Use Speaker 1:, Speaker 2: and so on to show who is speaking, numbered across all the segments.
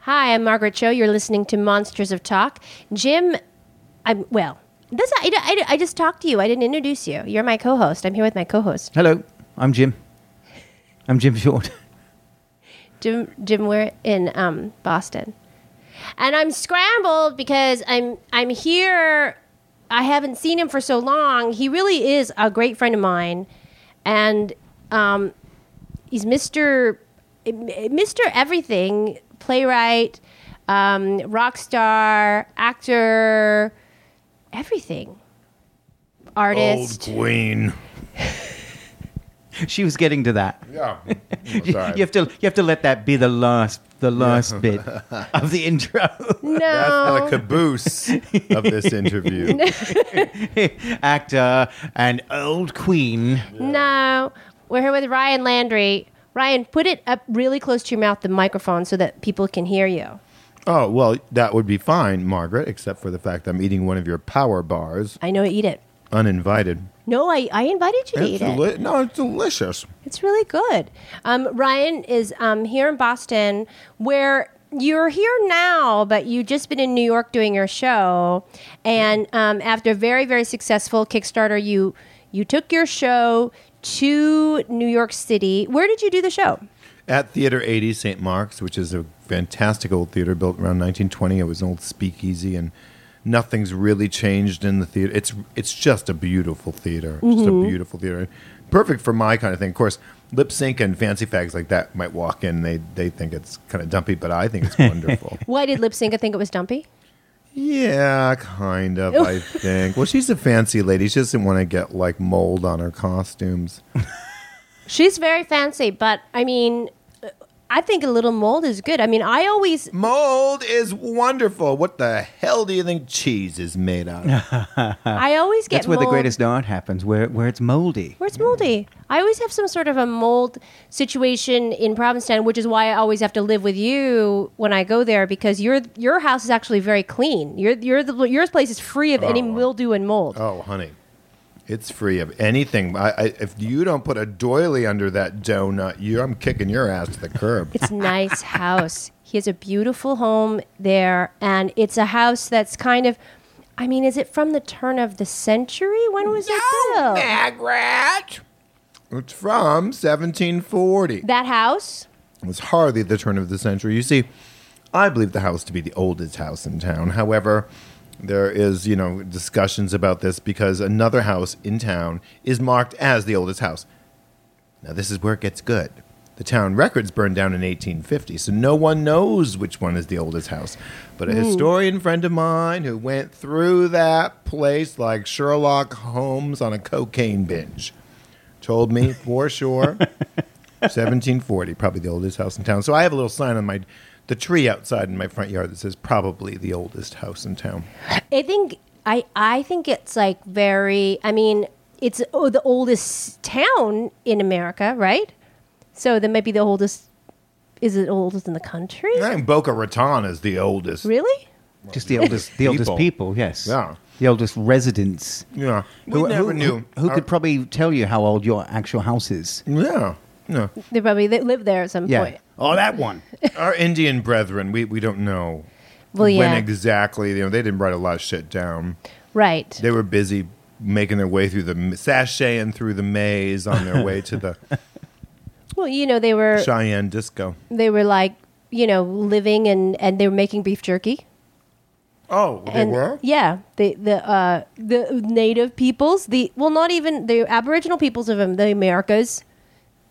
Speaker 1: Hi, I'm Margaret Cho. You're listening to Monsters of Talk. Jim, I'm well. This I, I, I just talked to you. I didn't introduce you. You're my co-host. I'm here with my co-host,
Speaker 2: Hello, I'm Jim. I'm Jim Fjord.
Speaker 1: Jim. Jim, we're in um, Boston, and I'm scrambled because I'm I'm here. I haven't seen him for so long. He really is a great friend of mine, and um, he's Mr. Mr. Everything, playwright, um, rock star, actor, everything, artist.
Speaker 3: queen.
Speaker 2: She was getting to that.
Speaker 3: Yeah.
Speaker 2: You,
Speaker 3: Oh, Sorry.
Speaker 2: you have to you have to let that be the last the last bit of the intro.
Speaker 1: No,
Speaker 3: That's the caboose of this interview.
Speaker 2: Actor and old queen.
Speaker 1: no. We're here with Ryan Landry. Ryan, put it up really close to your mouth, the microphone, so that people can hear you.
Speaker 3: Oh, well, that would be fine, Margaret, except for the fact I'm eating one of your power bars
Speaker 1: I know, eat it.
Speaker 3: uninvited.
Speaker 1: No, I, I invited you to eat
Speaker 3: It's
Speaker 1: it.
Speaker 3: deli- no, it's delicious.
Speaker 1: It's really good. Um, Ryan is um, here in Boston, where you're here now, but you've just been in New York doing your show, and um, after a very very successful Kickstarter, you you took your show to New York City. Where did you do the show?
Speaker 3: At Theater 80 St. Mark's, which is a fantastic old theater built around 1920. It was an old speakeasy, and nothing's really changed in the theater. It's it's just a beautiful theater. Just a beautiful theater. Perfect for my kind of thing. Of course, lip sync and fancy fags like that might walk in. They, they think it's kind of dumpy, but I think it's wonderful.
Speaker 1: Why did Lip Sync think it was dumpy?
Speaker 3: Yeah, kind of, I think. Well, she's a fancy lady. She doesn't want to get like mold on her costumes.
Speaker 1: She's very fancy, but I mean, uh, I think a little mold is good. I mean, I always
Speaker 3: Mold is wonderful. What the hell do you think cheese is made out of?
Speaker 1: I always get
Speaker 2: That's where the
Speaker 1: mold-
Speaker 2: greatest art happens, where where it's moldy.
Speaker 1: Where's moldy? I always have some sort of a mold situation in Provincetown, which is why I always have to live with you when I go there because your your house is actually very clean. Your your the, your place is free of any
Speaker 3: Oh.
Speaker 1: mildew and mold.
Speaker 3: oh, honey. It's free of anything. I, I, if you don't put a doily under that donut, you, I'm kicking your ass to the curb.
Speaker 1: It's a nice house. He has a beautiful home there, and it's a house that's kind of. I mean, is it from the turn of the century? When was it built?
Speaker 3: Magrat! It's from 1740.
Speaker 1: That house.
Speaker 3: It was hardly the turn of the century. You see, I believe the house to be the oldest house in town. However, there is, you know, discussions about this because another house in town is marked as the oldest house. Now, this is where it gets good. The town records burned down in 1850, so no one knows which one is the oldest house. But a historian friend of mine who went through that place like Sherlock Holmes on a cocaine binge told me for sure 1740 probably the oldest house in town so i have a little sign on my the tree outside in my front yard that says probably the oldest house in town
Speaker 1: I think I I think it's like very. I mean, it's oh, the oldest town in America, right? So that might be the oldest. Is it oldest in the country?
Speaker 3: i think boca raton is the oldest
Speaker 1: Really?
Speaker 2: Just the oldest the oldest
Speaker 3: people.
Speaker 2: people, yes.
Speaker 3: Yeah.
Speaker 2: The oldest residents.
Speaker 3: yeah we
Speaker 2: Who-
Speaker 3: never
Speaker 2: who,
Speaker 3: knew Uh,
Speaker 2: Who, who
Speaker 3: Our-
Speaker 2: could probably tell you how old your actual house is?
Speaker 3: yeah no
Speaker 1: They probably they live there at some
Speaker 2: Yeah.
Speaker 1: point.
Speaker 2: Oh, that one.
Speaker 3: our indian brethren we, we don't know
Speaker 1: Well,
Speaker 3: when
Speaker 1: yeah.
Speaker 3: exactly you know they didn't write a lot of shit down
Speaker 1: Right.
Speaker 3: they were busy making their way through the sashaying through the maze on their way to the
Speaker 1: well, you know, they were
Speaker 3: cheyenne disco
Speaker 1: they were like you know living and and they were making beef jerky.
Speaker 3: oh they
Speaker 1: and
Speaker 3: were
Speaker 1: yeah, the the uh, the native peoples, the well, not even the Aboriginal peoples of Am- the Americas,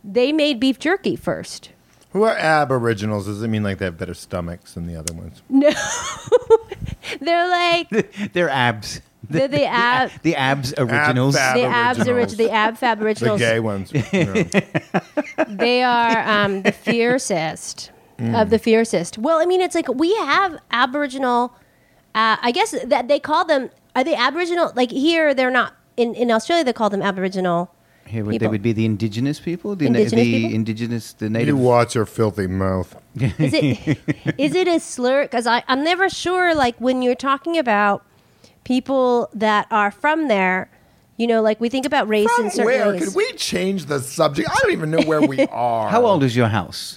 Speaker 1: they made beef jerky first.
Speaker 3: Who are aboriginals? Does it mean like they have better stomachs than the other ones?
Speaker 1: They're like the,
Speaker 2: They're abs.
Speaker 1: the, ab,
Speaker 2: The abs originals.
Speaker 3: Ab-
Speaker 1: the abs
Speaker 3: aboriginals.
Speaker 1: orig- the ab fab
Speaker 3: The
Speaker 1: originals.
Speaker 3: gay ones. Yeah.
Speaker 1: They are um, the fiercest of the fiercest. Well, I mean, it's like we have Aboriginal. Uh, I guess that they call them are they Aboriginal? Like here, they're not in in Australia. They call them Aboriginal.
Speaker 2: Here would, they
Speaker 1: people.
Speaker 2: would be the indigenous people, the,
Speaker 1: Indigenous
Speaker 2: the
Speaker 1: people?
Speaker 2: indigenous, the
Speaker 3: you
Speaker 2: native.
Speaker 3: watch your filthy mouth.
Speaker 1: Is it is it a slur? Because I'm never sure. Like when you're talking about people that are from there, You know, like we think about race in
Speaker 3: From
Speaker 1: certain
Speaker 3: where
Speaker 1: ways.
Speaker 3: could we change the subject? I don't even know where we are.
Speaker 2: How old is your house?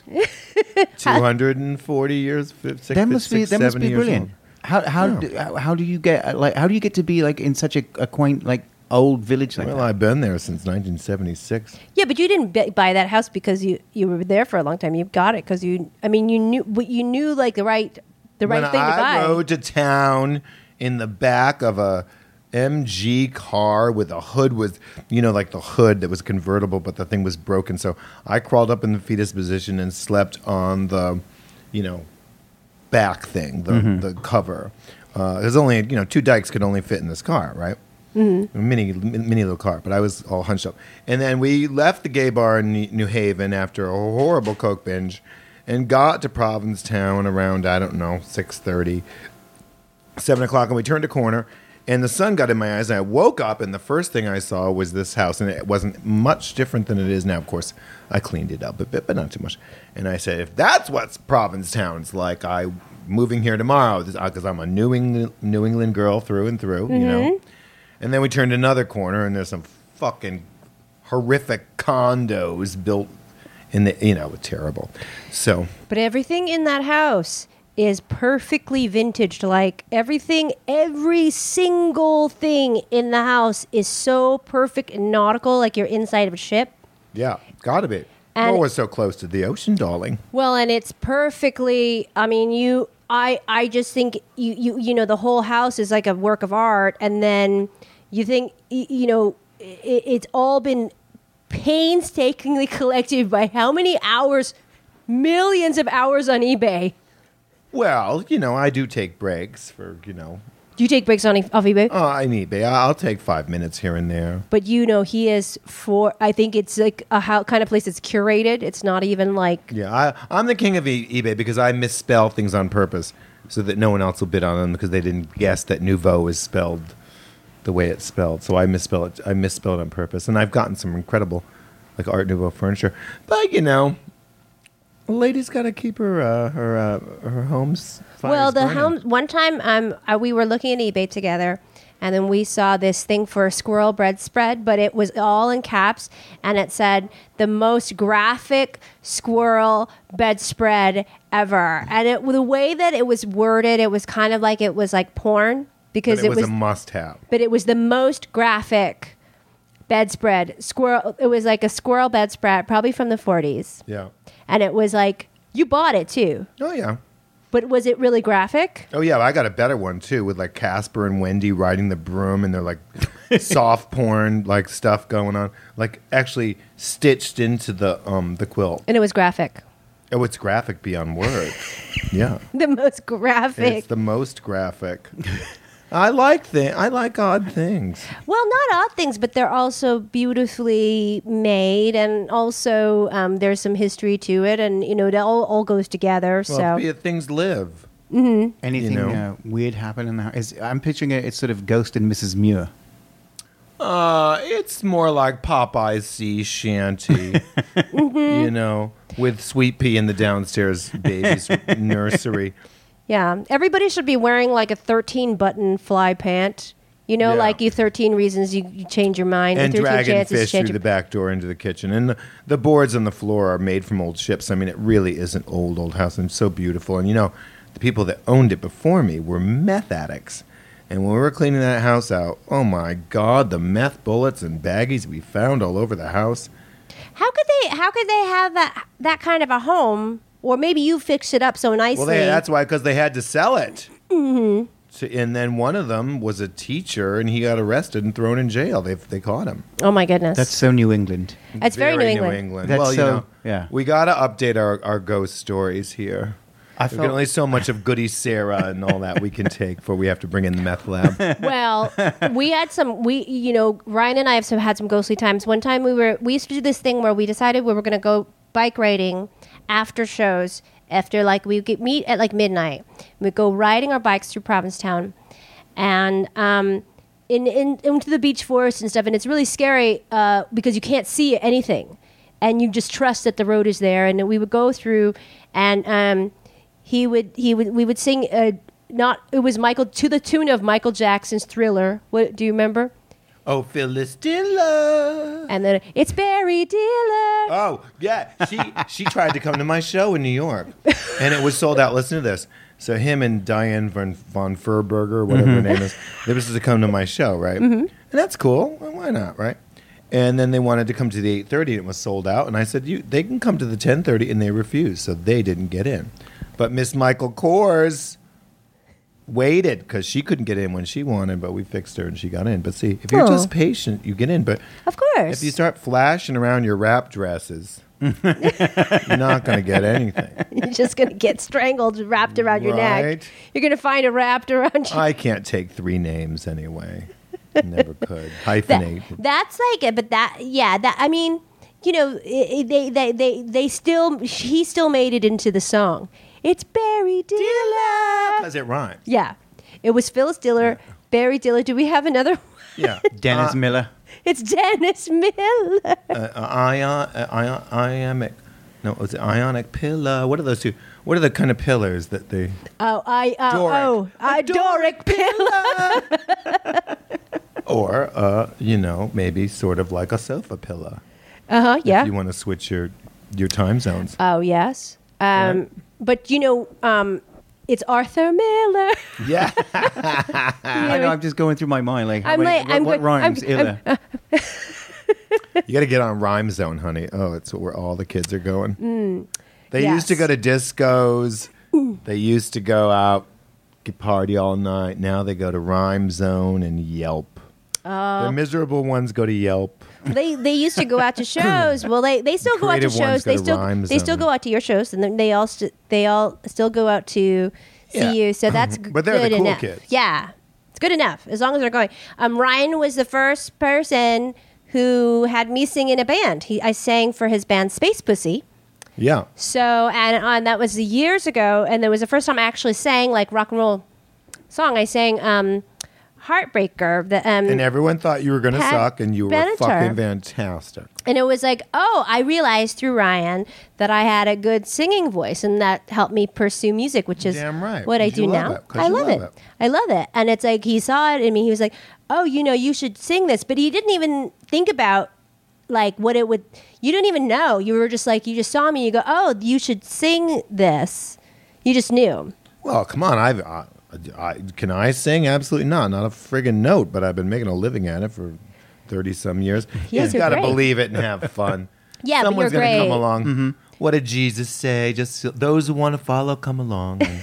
Speaker 3: 240 years, fif- six,
Speaker 2: That must be
Speaker 3: six,
Speaker 2: that must
Speaker 3: seven
Speaker 2: be
Speaker 3: years
Speaker 2: brilliant.
Speaker 3: old.
Speaker 2: How how, do, how how do you get uh, like how do you get to be like in such a, a quaint like old village like
Speaker 3: Well,
Speaker 2: that?
Speaker 3: I've been there since 1976.
Speaker 1: yeah, but you didn't b- buy that house because you you were there for a long time. You got it because you. I mean, you knew, but you knew like the right the right
Speaker 3: when
Speaker 1: thing
Speaker 3: I
Speaker 1: to buy.
Speaker 3: rode to town in the back of a MG car with a hood was you know like the hood that was convertible but the thing was broken so I crawled up in the fetus position and slept on the you know back thing the the cover uh, there's only you know two dykes could only fit in this car right mm-hmm. mini mini little car but I was all hunched up and then we left the gay bar in New New Haven after a horrible coke binge and got to Provincetown around I don't know six thirty seven o'clock, and we turned a corner, and the sun got in my eyes, and I woke up, and the first thing I saw was this house, and it wasn't much different than it is now. Of course, I cleaned it up a bit, but not too much. And I said, if that's what Provincetown's like, I moving here tomorrow because I'm a New England New England girl through and through, you know. And then we turned another corner, and there's some fucking horrific condos built in the you know terrible. So
Speaker 1: But everything in that house is perfectly vintage. Like everything, every single thing in the house is so perfect and nautical, like you're inside of a ship.
Speaker 3: yeah, gotta be.
Speaker 1: And-
Speaker 3: well, we're so close to the ocean, darling.
Speaker 1: Well, and it's perfectly. I mean, you. I. I just think you. You. You know, the whole house is like a work of art, and then you think y- you know it, it's all been painstakingly collected by how many hours, millions of hours on eBay.
Speaker 3: Well, you know, I do take breaks for, you know,
Speaker 1: Do you take breaks on e- off eBay?
Speaker 3: oh, I need, ba- I'll take five minutes here and there.
Speaker 1: but you know he is for i think it's like a how kind of place that's curated it's not even like
Speaker 3: Yeah, I, I'm the king of e- eBay because I misspell things on purpose so that no one else will bid on them because they didn't guess that nouveau is spelled the way it's spelled. So I misspell it. I misspell it on purpose, and I've gotten some incredible, like Art Nouveau furniture. But you know, a lady's got to keep her uh, her uh, her homes.
Speaker 1: well
Speaker 3: fires
Speaker 1: the
Speaker 3: burning.
Speaker 1: home one time um I, we were looking at ebay together and then we saw this thing for a squirrel bread spread but it was all in caps and it said the most graphic squirrel bedspread ever and it the way that it was worded it was kind of like it was like porn
Speaker 3: But
Speaker 1: because
Speaker 3: it, was, a must-have.
Speaker 1: but it was the most graphic bedspread squirrel it was like a squirrel bedspread probably from the 40s
Speaker 3: Yeah.
Speaker 1: and it was like you bought it too
Speaker 3: Oh yeah.
Speaker 1: but was it really graphic
Speaker 3: Oh yeah, I got a better one too with like Casper and Wendy riding the broom and they're like soft porn like stuff going on, like actually stitched into the um the quilt.
Speaker 1: and it was graphic
Speaker 3: Oh, it's graphic beyond word. yeah,
Speaker 1: the most graphic
Speaker 3: it's the most graphic. I like thi- I like odd things.
Speaker 1: well not odd things but they're also beautifully made and also um, there's some history to it and you know it all, all goes together
Speaker 3: Well,
Speaker 1: so
Speaker 3: yeah, things live.
Speaker 2: Anything
Speaker 3: know.
Speaker 2: uh, weird happen in the house? Is, I'm picturing it. It's sort of Ghost and Mrs. Muir.
Speaker 3: Uh, it's more like Popeye's sea shanty, you know, with Sweet Pea in the downstairs baby's nursery.
Speaker 1: yeah everybody should be wearing like a 13 button fly pant you know
Speaker 3: Yeah.
Speaker 1: like you 13 reasons you, you change your mind
Speaker 3: and
Speaker 1: 13
Speaker 3: dragon
Speaker 1: chances to
Speaker 3: fish
Speaker 1: change
Speaker 3: through
Speaker 1: your
Speaker 3: the back door into the kitchen. And the, the boards on the floor are made from old ships. I mean, it really is an old, old house and so beautiful. And you know, the people that owned it before me were meth addicts. And when we were cleaning that house out, oh my God, the meth bullets and baggies we found all over the house.
Speaker 1: How could they? How could they have that that kind of a home? Or maybe you fixed it up so nicely.
Speaker 3: Well, they, that's why, because they had to sell it. Mm-hmm. and then one of them was a teacher, and he got arrested and thrown in jail. They, they caught him.
Speaker 1: oh my goodness!
Speaker 2: That's so New England.
Speaker 1: That's very, New England.
Speaker 2: That's so-
Speaker 3: well, you know,
Speaker 2: yeah.
Speaker 3: we got to update our, our ghost stories here.
Speaker 2: I
Speaker 3: I
Speaker 2: felt-
Speaker 3: feel only so much of Goody Sarah and all that we can take before we have to bring in the meth lab.
Speaker 1: well, we had some. We, you know, Ryan and I have some, had some ghostly times. One time we were we used to do this thing where we decided we were going to go bike riding after shows. After like we would meet at like midnight, we'd go riding our bikes through Provincetown, and um, in, in into the beach forest and stuff. And it's really scary uh, because you can't see anything, and you just trust that the road is there. And we would go through, and um, he would he would we would sing uh, not it was Michael to the tune of Michael Jackson's Thriller. What do you remember?
Speaker 3: Oh, Phyllis Diller.
Speaker 1: And then it's Barry Diller.
Speaker 3: Oh, yeah. She she tried to come to my show in New York, and it was sold out. Listen to this. So him and Diane von, von Furberger, whatever her name is, they was to come to my show, right? And that's cool. Well, why not, right? And then they wanted to come to the eight thirty, and it was sold out. And I said, "You, they can come to the ten thirty, and they refused, so they didn't get in. But Miss Michael Kors waited because she couldn't get in when she wanted, but we fixed her and she got in. But see, if you're
Speaker 1: Oh.
Speaker 3: just patient, you get in. But
Speaker 1: Of course.
Speaker 3: if you start flashing around your wrap dresses, you're not going to get anything.
Speaker 1: You're just going to get strangled wrapped around your neck.
Speaker 3: Right.
Speaker 1: You're going to find it wrapped around your
Speaker 3: I can't take three names anyway. Never could.
Speaker 1: that,
Speaker 3: Hyphenate.
Speaker 1: that's like it but that yeah that i mean you know i i- they they they they still he still made it into the song it's barry diller
Speaker 3: Because it rhymes.
Speaker 1: yeah it was phyllis diller barry diller do we have another
Speaker 3: Yeah.
Speaker 2: Dennis
Speaker 3: Uh,
Speaker 2: Miller.
Speaker 1: it's dennis miller
Speaker 3: uh, uh, ion, uh, ion, ionic. No, was it ionic pillar? What are those two? What are the kind of pillars that they.
Speaker 1: oh i uh,
Speaker 3: Doric.
Speaker 1: oh i doric pillar
Speaker 3: Or, uh, you know, maybe sort of like a sofa pillar.
Speaker 1: uh-huh
Speaker 3: If you
Speaker 1: yeah
Speaker 3: want to switch your, your time zones.
Speaker 1: oh yes um
Speaker 3: Yeah.
Speaker 1: but you know um it's arthur miller
Speaker 3: yeah.
Speaker 2: I know. I'm just going through my mind. Like, how
Speaker 1: I'm
Speaker 2: many-
Speaker 1: like-
Speaker 2: what,
Speaker 1: I'm
Speaker 2: what
Speaker 1: go-
Speaker 2: rhymes?
Speaker 1: I'm-
Speaker 2: Illa.
Speaker 3: You got to get on Rhyme Zone, honey. Oh, it's where all the kids are going. they
Speaker 1: Mm, yes.
Speaker 3: used to go to discos. They used to go out, get party all night. Now they go to Rhyme Zone and Yelp.
Speaker 1: Oh.
Speaker 3: the miserable ones go to Yelp.
Speaker 1: they they used to go out to shows. Well, they, they still go out to
Speaker 3: Creative ones
Speaker 1: shows.
Speaker 3: go
Speaker 1: They
Speaker 3: to
Speaker 1: still
Speaker 3: rhyme
Speaker 1: they still
Speaker 3: zone.
Speaker 1: go out to your shows, and then they all st- they all still go out to see
Speaker 3: Yeah.
Speaker 1: you. So that's g-
Speaker 3: But they're the
Speaker 1: good
Speaker 3: cool
Speaker 1: enough.
Speaker 3: kids.
Speaker 1: Yeah, it's good enough as long as they're going. Um, Ryan was the first person who had me sing in a band. He I sang for his band Space Pussy.
Speaker 3: Yeah.
Speaker 1: So and on that was years ago, and there was the first time I actually sang like rock and roll song. I sang um, Heartbreaker. The um,
Speaker 3: And everyone thought you were going to
Speaker 1: Pat
Speaker 3: suck, and you were
Speaker 1: Benatar.
Speaker 3: fucking fantastic.
Speaker 1: and it was like, oh, I realized through Ryan that I had a good singing voice, and that helped me pursue music, which is
Speaker 3: Damn right,
Speaker 1: what I
Speaker 3: 'cause you
Speaker 1: do
Speaker 3: love
Speaker 1: now.
Speaker 3: it, 'cause
Speaker 1: I
Speaker 3: you
Speaker 1: love,
Speaker 3: love
Speaker 1: it.
Speaker 3: it.
Speaker 1: I love it, and it's like he saw it in me. He was like, oh, you know, you should sing this, but he didn't even think about like what it would. You didn't even know. You were just like, you just saw me. You go, oh, you should sing this. You just knew.
Speaker 3: Well, come on. I've, I, I, can I sing? Absolutely not. Not a friggin' note, but I've been making a living at it for 30 some years.
Speaker 1: Yes,
Speaker 3: You've
Speaker 1: you're
Speaker 3: got to
Speaker 1: great.
Speaker 3: believe it and have fun.
Speaker 1: Yeah, but
Speaker 3: Someone's
Speaker 1: you're
Speaker 3: gonna come
Speaker 1: great.
Speaker 3: along. What did Jesus say? Just those who want to follow, come along. And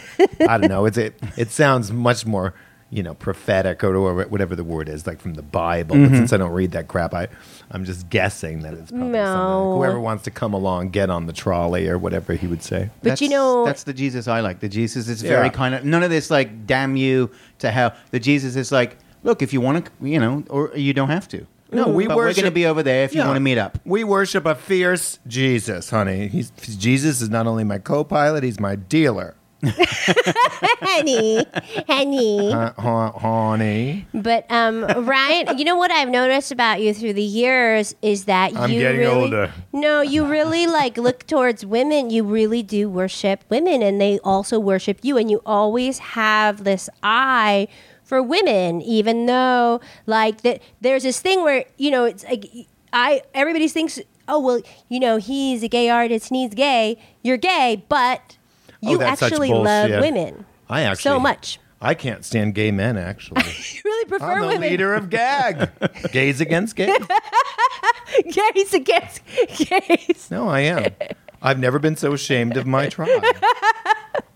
Speaker 3: I don't know. It's, it, it sounds much more, you know, prophetic or whatever- whatever the word is, like from the Bible. But since I don't read that crap, I, I'm just guessing that it's probably something.
Speaker 1: No.
Speaker 3: like, Whoever wants to come along, get on the trolley or whatever he would say.
Speaker 1: But you know-
Speaker 2: that's the Jesus I like. The Jesus is
Speaker 3: Yeah.
Speaker 2: very kind of none of this like damn you to hell. The Jesus is like, look, if you want to, you know, or you don't have to.
Speaker 3: No, we
Speaker 2: but we're
Speaker 3: worship-
Speaker 2: going to be over there if you
Speaker 3: Yeah.
Speaker 2: want to meet up.
Speaker 3: We worship a fierce Jesus, honey. He's, Jesus is not only my co pilot, he's my dealer.
Speaker 1: honey, honey.
Speaker 3: Uh, hon- honey.
Speaker 1: But um, Ryan, you know what I've noticed about you through the years is that
Speaker 3: I'm
Speaker 1: you
Speaker 3: getting
Speaker 1: really,
Speaker 3: older.
Speaker 1: No, you really like look towards women. You really do worship women, and they also worship you. And you always have this eye for women, even though like that. There's this thing where you know it's like I everybody thinks, oh well, you know he's a gay artist and he's gay. You're gay, but
Speaker 3: Oh,
Speaker 1: you
Speaker 3: that's such
Speaker 1: actually love
Speaker 3: bullshit.
Speaker 1: women.
Speaker 3: I actually.
Speaker 1: so much.
Speaker 3: I can't stand gay men, actually.
Speaker 1: You really prefer
Speaker 3: I'm the
Speaker 1: women.
Speaker 3: leader of GAG. gays against gays.
Speaker 1: gays against gays.
Speaker 3: No, I am. I've never been so ashamed of my tribe.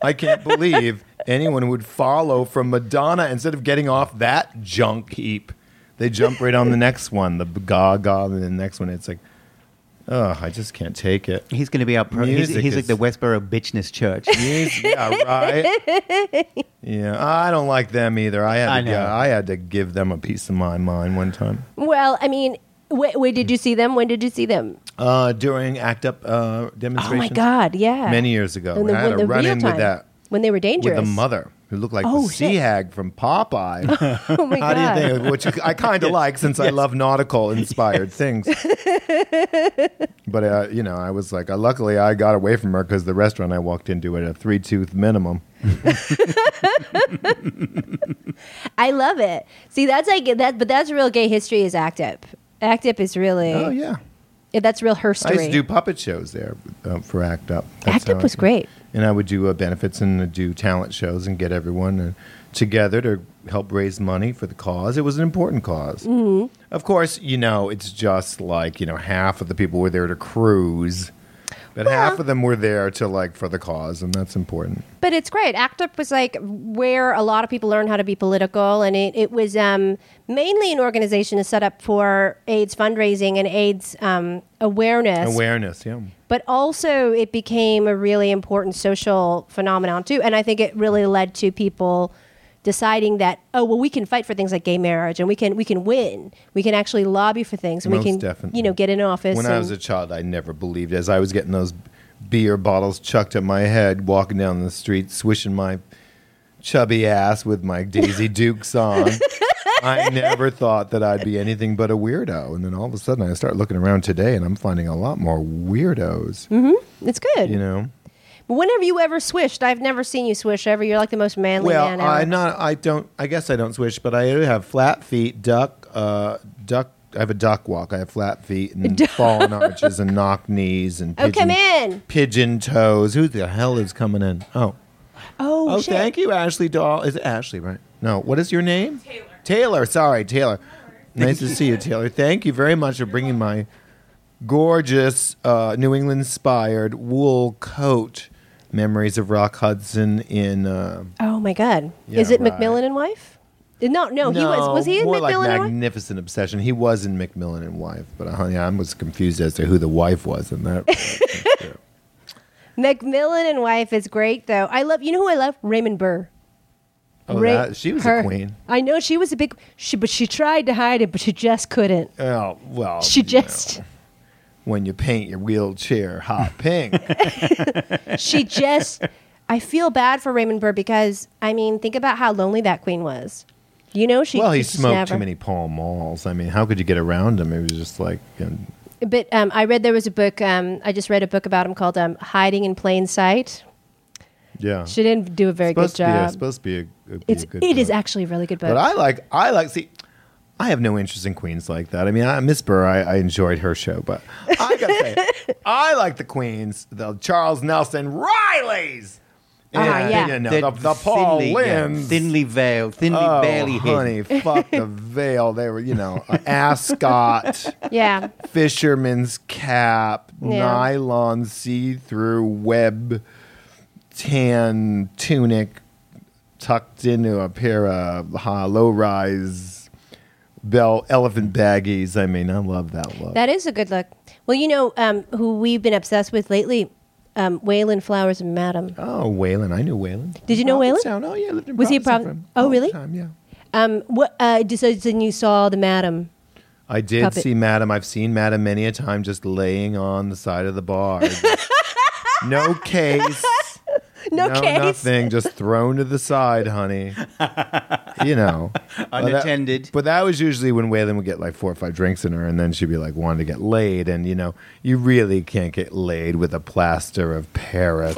Speaker 3: I can't believe anyone would follow from Madonna instead of getting off that junk heap. They jump right on the next one, the Gaga, and the next one. It's like, oh, I just can't take it.
Speaker 2: He's going to be up. Pro- he's
Speaker 3: Music
Speaker 2: he's like
Speaker 3: is-
Speaker 2: the Westboro Bitchness Church.
Speaker 3: Jeez, yeah, right. Yeah, I don't like them either. I had,
Speaker 2: I
Speaker 3: to,
Speaker 2: know.
Speaker 3: yeah, I had to give them a piece of my mind one time
Speaker 1: Well, I mean, wh- where did you see them? When did you see them?
Speaker 3: uh, during ACT UP uh,
Speaker 1: Oh my
Speaker 3: demonstrations.
Speaker 1: Oh, God! Yeah,
Speaker 3: many years ago.
Speaker 1: And
Speaker 3: and
Speaker 1: the-
Speaker 3: I had
Speaker 1: when
Speaker 3: a
Speaker 1: the
Speaker 3: run in
Speaker 1: real
Speaker 3: with
Speaker 1: time.
Speaker 3: that.
Speaker 1: when they were dangerous.
Speaker 3: with the mother who looked like
Speaker 1: Oh,
Speaker 3: the sea
Speaker 1: shit.
Speaker 3: hag from Popeye.
Speaker 1: Oh my
Speaker 3: How do
Speaker 1: god.
Speaker 3: you think? Which I kind of like since I love nautical inspired things. but uh, you know, I was like, uh, luckily I got away from her because the restaurant I walked into had a three tooth minimum.
Speaker 1: I love it. See, that's like that, but that's real gay history is ACT UP. ACT UP is really
Speaker 3: Oh yeah,
Speaker 1: yeah, that's real her
Speaker 3: I
Speaker 1: story.
Speaker 3: used to do puppet shows there uh, for ACT UP.
Speaker 1: ACT UP
Speaker 3: how I-
Speaker 1: was great.
Speaker 3: And I would do uh, benefits and uh, do talent shows and get everyone uh, together to help raise money for the cause. It was an important because
Speaker 1: Mm-hmm.
Speaker 3: Of course, you know, it's just like, you know, half of the people were there to cruise, but half of them were there to like for the cause, and that's important.
Speaker 1: But it's great. ACT UP was like where a lot of people learn how to be political, and it, it was um, mainly an organization to set up for AIDS fundraising and AIDS um, awareness.
Speaker 3: Awareness, yeah.
Speaker 1: but also, it became a really important social phenomenon too. And I think it really led to people deciding that oh well we can fight for things like gay marriage and we can we can win we can actually lobby for things and we
Speaker 3: Most
Speaker 1: can
Speaker 3: definitely.
Speaker 1: you know get in office
Speaker 3: When I
Speaker 1: and-
Speaker 3: was a child, I never believed as I was getting those beer bottles chucked at my head, walking down the street, swishing my chubby ass with my Daisy Dukes on. I never thought that I'd be anything but a weirdo. And then all of a sudden, I start looking around today and I'm finding a lot more weirdos,
Speaker 1: Mm-hmm. it's good
Speaker 3: you know?
Speaker 1: When have you ever swished? I've never seen you swish ever. You're like the most manly man
Speaker 3: Well,
Speaker 1: ever.
Speaker 3: I not I don't I guess I don't swish, but I do have flat feet, duck, uh, duck. I have a duck walk. I have flat feet and fallen arches and knock knees and
Speaker 1: Oh,
Speaker 3: pigeon,
Speaker 1: come in.
Speaker 3: pigeon toes. Who the hell is coming in? Oh,
Speaker 1: oh,
Speaker 3: oh,
Speaker 1: shit.
Speaker 3: thank you, Ashley Doll. Is it Ashley right? No, what is your name? Taylor. Taylor. Sorry, Taylor. Nice to see you, Taylor. Thank you very much for bringing my gorgeous uh, New England inspired wool coat. Memories of Rock Hudson in. Uh,
Speaker 1: Oh my god.
Speaker 3: Yeah,
Speaker 1: Is it
Speaker 3: right.
Speaker 1: McMillan and wife? No, no, Oh, he was. Was he in
Speaker 3: more
Speaker 1: McMillan
Speaker 3: like
Speaker 1: and wife?
Speaker 3: Magnificent Obsession. He was in Macmillan and Wife, but uh, honey, I was confused as to who the wife was in that.
Speaker 1: McMillan and wife is great though. I love. You know who I love? Raymond Burr.
Speaker 3: oh,
Speaker 1: Ra-
Speaker 3: that, she was
Speaker 1: her-
Speaker 3: a queen.
Speaker 1: I know she was a big. She, but she tried to hide it, but she just couldn't.
Speaker 3: Oh well,
Speaker 1: She
Speaker 3: you know,
Speaker 1: just.
Speaker 3: when you paint your wheelchair hot pink.
Speaker 1: she just. I feel bad for Raymond Burr because I mean, think about how lonely that queen was. You know, she.
Speaker 3: well, he
Speaker 1: she
Speaker 3: smoked
Speaker 1: never-
Speaker 3: too many Pall Malls. I mean, how could you get around him? It was just like you know,
Speaker 1: But um, I read there was a book. Um, I just read a book about him called um, "Hiding in Plain Sight."
Speaker 3: yeah.
Speaker 1: She didn't do a very
Speaker 3: supposed
Speaker 1: good job.
Speaker 3: To be a, supposed to be a, be
Speaker 1: it's
Speaker 3: a good
Speaker 1: it is
Speaker 3: book.
Speaker 1: actually a really good book.
Speaker 3: But I like I like see. I have no interest in queens like that. I mean, I, Miss Burr, I, I enjoyed her show, but I gotta say, I like the queens, the Charles Nelson Rileys.
Speaker 1: Ah, yeah.
Speaker 3: you know, the, the Paul
Speaker 2: thinly, yeah,
Speaker 3: Lynns.
Speaker 2: thinly veiled, thinly
Speaker 3: Oh,
Speaker 2: barely hidden.
Speaker 3: honey, fuck the veil. They were, you know, ascot,
Speaker 1: yeah,
Speaker 3: fisherman's cap,
Speaker 1: Yeah.
Speaker 3: nylon see-through web tan tunic tucked into a pair of high, low-rise bell elephant baggies. I mean, I love that look.
Speaker 1: that is a good look. Well, you know um, who we've been obsessed with lately, um, Waylon Flowers and Madam.
Speaker 3: oh, Waylon. I knew Waylon.
Speaker 1: Did you know Waylon?
Speaker 3: Provincetown. Oh, yeah. I lived in
Speaker 1: Was he a
Speaker 3: Provincetown
Speaker 1: Prov-
Speaker 3: for
Speaker 1: Oh,
Speaker 3: a long
Speaker 1: really?
Speaker 3: time, yeah.
Speaker 1: Um, what? Uh, so then you saw the Madam.
Speaker 3: I did
Speaker 1: Puppet.
Speaker 3: see Madam. I've seen Madam many a time just laying on the side of the bar. no case.
Speaker 1: No, case.
Speaker 3: nothing. Just thrown to the side, honey. You know. But that-
Speaker 2: Unattended.
Speaker 3: But that was usually when Waylon would get like four or five drinks in her, and then she'd be like wanting to get laid. And, you know, you really can't get laid with a plaster of Paris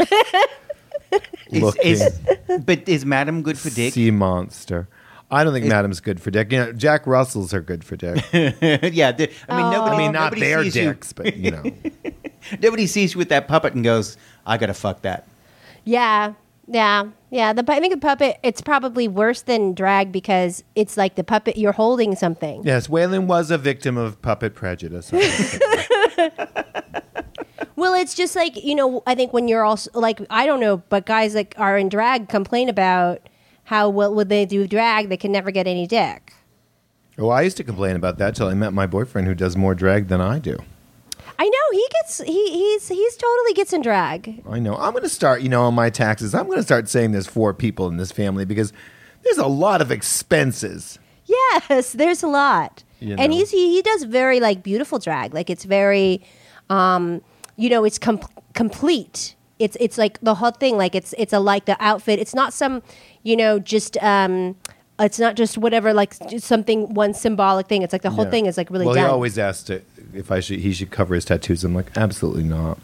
Speaker 2: Is,
Speaker 3: looking
Speaker 2: is, but is Madam good for dick?
Speaker 3: sea monster. I don't think Madam's good for dick. You know, Jack Russell's are good for dick.
Speaker 2: yeah, the- I mean nobody.
Speaker 3: I mean, not
Speaker 2: Oh, nobody
Speaker 3: their
Speaker 2: sees you-
Speaker 3: dicks, but, you know.
Speaker 2: Nobody sees you with that puppet and goes, "I gotta fuck that."
Speaker 1: Yeah, yeah, yeah. The pu- I think the puppet. It's probably worse than drag because it's like the puppet. You're holding something.
Speaker 3: Yes, Waylon was a victim of puppet prejudice. I would say.
Speaker 1: Well, it's just like you know. I think when you're also like I don't know, but guys like are in drag complain about how what would they do drag? They can never get any dick.
Speaker 3: oh, I used to complain about that till I met my boyfriend who does more drag than I do.
Speaker 1: I know he gets he he's he's totally gets in drag.
Speaker 3: I know. I'm going to start, you know, on my taxes, I'm going to start saying there's four people in this family because there's a lot of expenses.
Speaker 1: Yes, there's a lot,
Speaker 3: You
Speaker 1: and
Speaker 3: know.
Speaker 1: he's he, he does very like beautiful drag. Like it's very, um, you know, it's com- complete. It's it's like the whole thing. Like it's it's a like the outfit. It's not some you know just. um it's not just whatever, like just something one symbolic thing. It's like the whole
Speaker 3: Yeah.
Speaker 1: thing is like really.
Speaker 3: Well,
Speaker 1: done.
Speaker 3: he always asked it- if I should he should cover his tattoos. I'm like, absolutely not.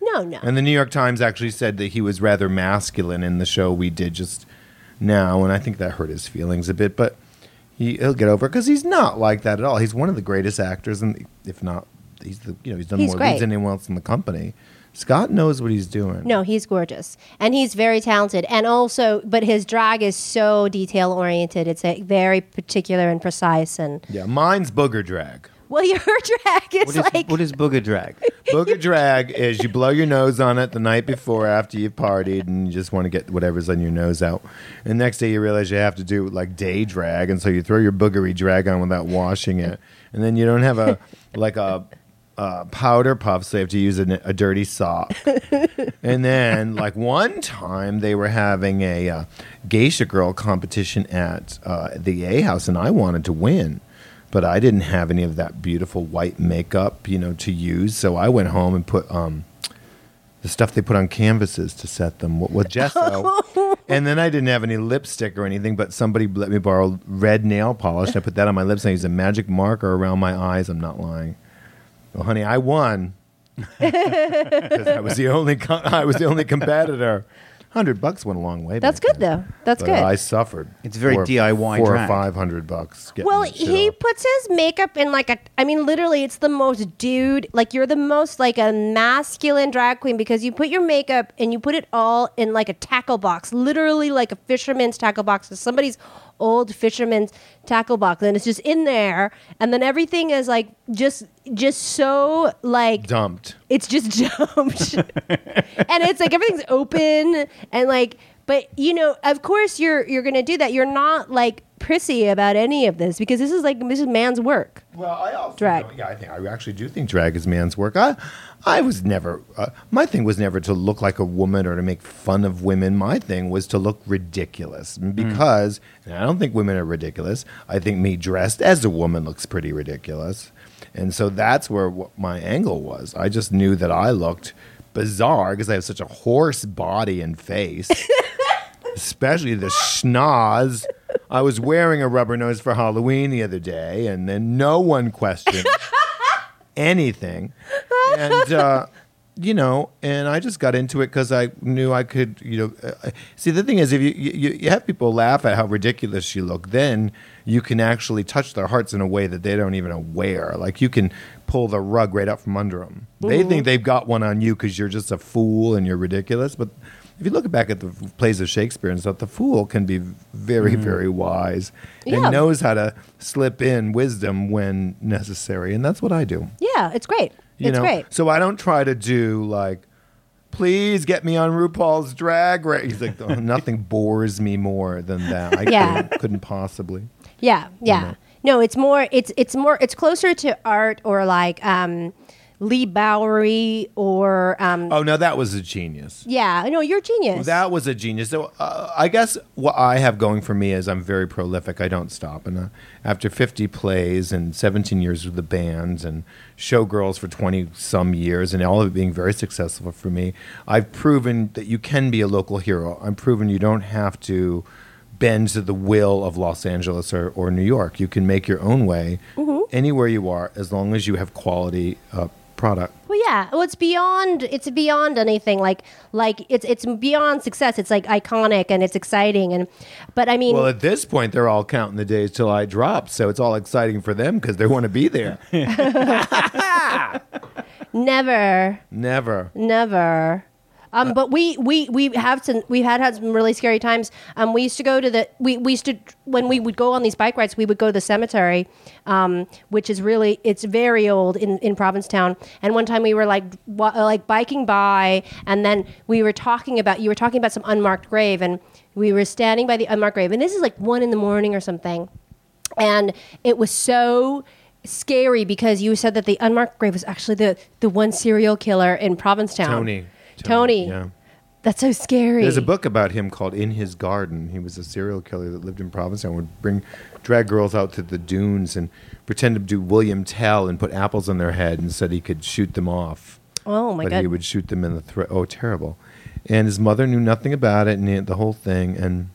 Speaker 1: no, no.
Speaker 3: And the New York Times actually said that he was rather masculine in the show we did just now, and I think that hurt his feelings a bit, but he, he'll get over it because he's not like that at all. He's one of the greatest actors, and if not, he's the you know he's done
Speaker 1: He's
Speaker 3: more
Speaker 1: great.
Speaker 3: leads than anyone else in the company. Scott knows what he's doing.
Speaker 1: No, he's gorgeous and he's very talented. And also, but his drag is so detail oriented. It's a very particular and precise. And
Speaker 3: Yeah, mine's booger drag.
Speaker 1: well, your drag is,
Speaker 2: What is,
Speaker 1: like
Speaker 2: what is booger drag?
Speaker 3: Booger drag is you blow your nose on it the night before after you've partied and you just want to get whatever's on your nose out. And next day you realize you have to do like day drag, and so you throw your boogery drag on without washing it, and then you don't have a like a. Uh, powder puff, so you have to use a, a dirty sock. and then, like one time, they were having a uh, geisha girl competition at uh, the A House, and I wanted to win but I didn't have any of that beautiful white makeup, you know, to use. So I went home and put um, the stuff they put on canvases to set them with, with gesso. and then I didn't have any lipstick or anything, but somebody let me borrow red nail polish. And I put that on my lips and I used a magic marker around my eyes. I'm not lying. Well, honey, I won. 'Cause I was the only co- I was the only competitor. Hundred bucks went a long way.
Speaker 1: that's
Speaker 3: back
Speaker 1: good
Speaker 3: then.
Speaker 1: though. That's
Speaker 3: But
Speaker 1: good.
Speaker 3: I suffered.
Speaker 2: It's very
Speaker 3: four-
Speaker 2: DIY
Speaker 3: Four or
Speaker 2: drag.
Speaker 3: five hundred bucks. getting
Speaker 1: well,
Speaker 3: that shit
Speaker 1: he
Speaker 3: off.
Speaker 1: puts his makeup in like a. I mean, literally, it's the most dude. Like you're the most like a masculine drag queen because you put your makeup and you put it all in like a tackle box, literally like a fisherman's tackle box, It's somebody's old fisherman's tackle box, and it's just in there, and then everything is like just just so like
Speaker 3: dumped.
Speaker 1: it's just jumped and it's like everything's open and like but you know of course you're you're gonna do that you're not like prissy about any of this because this is like this is man's work
Speaker 3: Well, I also
Speaker 1: Drag.
Speaker 3: don't- yeah, I think I actually do think drag is man's work. I, I was never. Uh, my thing was never to look like a woman or to make fun of women. My thing was to look ridiculous because, and I don't think women are ridiculous. I think me dressed as a woman looks pretty ridiculous, and so that's where w- my angle was. I just knew that I looked bizarre because I have such a hoarse body and face. especially the schnoz. I was wearing a rubber nose for Halloween the other day, and then no one questioned anything. And, uh, you know, and I just got into it because I knew I could, you know. Uh, see, the thing is, if you, you, you have people laugh at how ridiculous you look, then you can actually touch their hearts in a way that they don't even aware. Like, you can pull the rug right out from under them. They think they've got one on you because you're just a fool and you're ridiculous. But if you look back at the plays of Shakespeare and stuff, the fool can be very, very wise
Speaker 1: Yeah.
Speaker 3: and knows how to slip in wisdom when necessary. And that's what I do.
Speaker 1: yeah it's great
Speaker 3: You
Speaker 1: it's
Speaker 3: know,
Speaker 1: great
Speaker 3: so I don't try to do like, please get me on RuPaul's Drag Race. He's like, "Oh, nothing bores me more than that. I
Speaker 1: Yeah.
Speaker 3: couldn't, couldn't possibly.
Speaker 1: Yeah, yeah. No, it's more. It's it's more. It's closer to art or like um, Lee Bowery or um,
Speaker 3: Oh no, that was a genius.
Speaker 1: yeah. No, you're a genius.
Speaker 3: That was a genius. So uh, I guess what I have going for me is I'm very prolific. I don't stop. And uh, after 50 plays and 17 years with the bands and showgirls for 20 some years and all of it being very successful for me, I've proven that you can be a local hero. I've proven you don't have to bend to the will of Los Angeles or, or New York. You can make your own way anywhere you are as long as you have quality uh, product.
Speaker 1: well, yeah. Well, it's beyond. It's beyond anything. Like like it's it's beyond success. It's like iconic and it's exciting. And but I mean,
Speaker 3: Well, at this point, they're all counting the days till I drop, so it's all exciting for them because they want to be there.
Speaker 1: never,
Speaker 3: Never.
Speaker 1: never. Um, but we we we have some we had had some really scary times. Um, we used to go to the we we used to when we would go on these bike rides, we would go to the cemetery, um, which is really it's very old in in Provincetown. And one time we were like wa- like biking by, and then we were talking about you were talking about some unmarked grave, and we were standing by the unmarked grave, and this is like one in the morning or something, and it was so scary because you said that the unmarked grave was actually the the one serial killer in Provincetown.
Speaker 3: Tony.
Speaker 1: Tony.
Speaker 3: Yeah.
Speaker 1: That's so scary.
Speaker 3: There's a book about him called In His Garden. He was a serial killer that lived in Provincetown, would bring drag girls out to the dunes and pretend to do William Tell and put apples on their head and said he could shoot them off.
Speaker 1: Oh my
Speaker 3: but
Speaker 1: god.
Speaker 3: he would shoot them in the throat. Oh, terrible. and his mother knew nothing about it and the- the whole thing and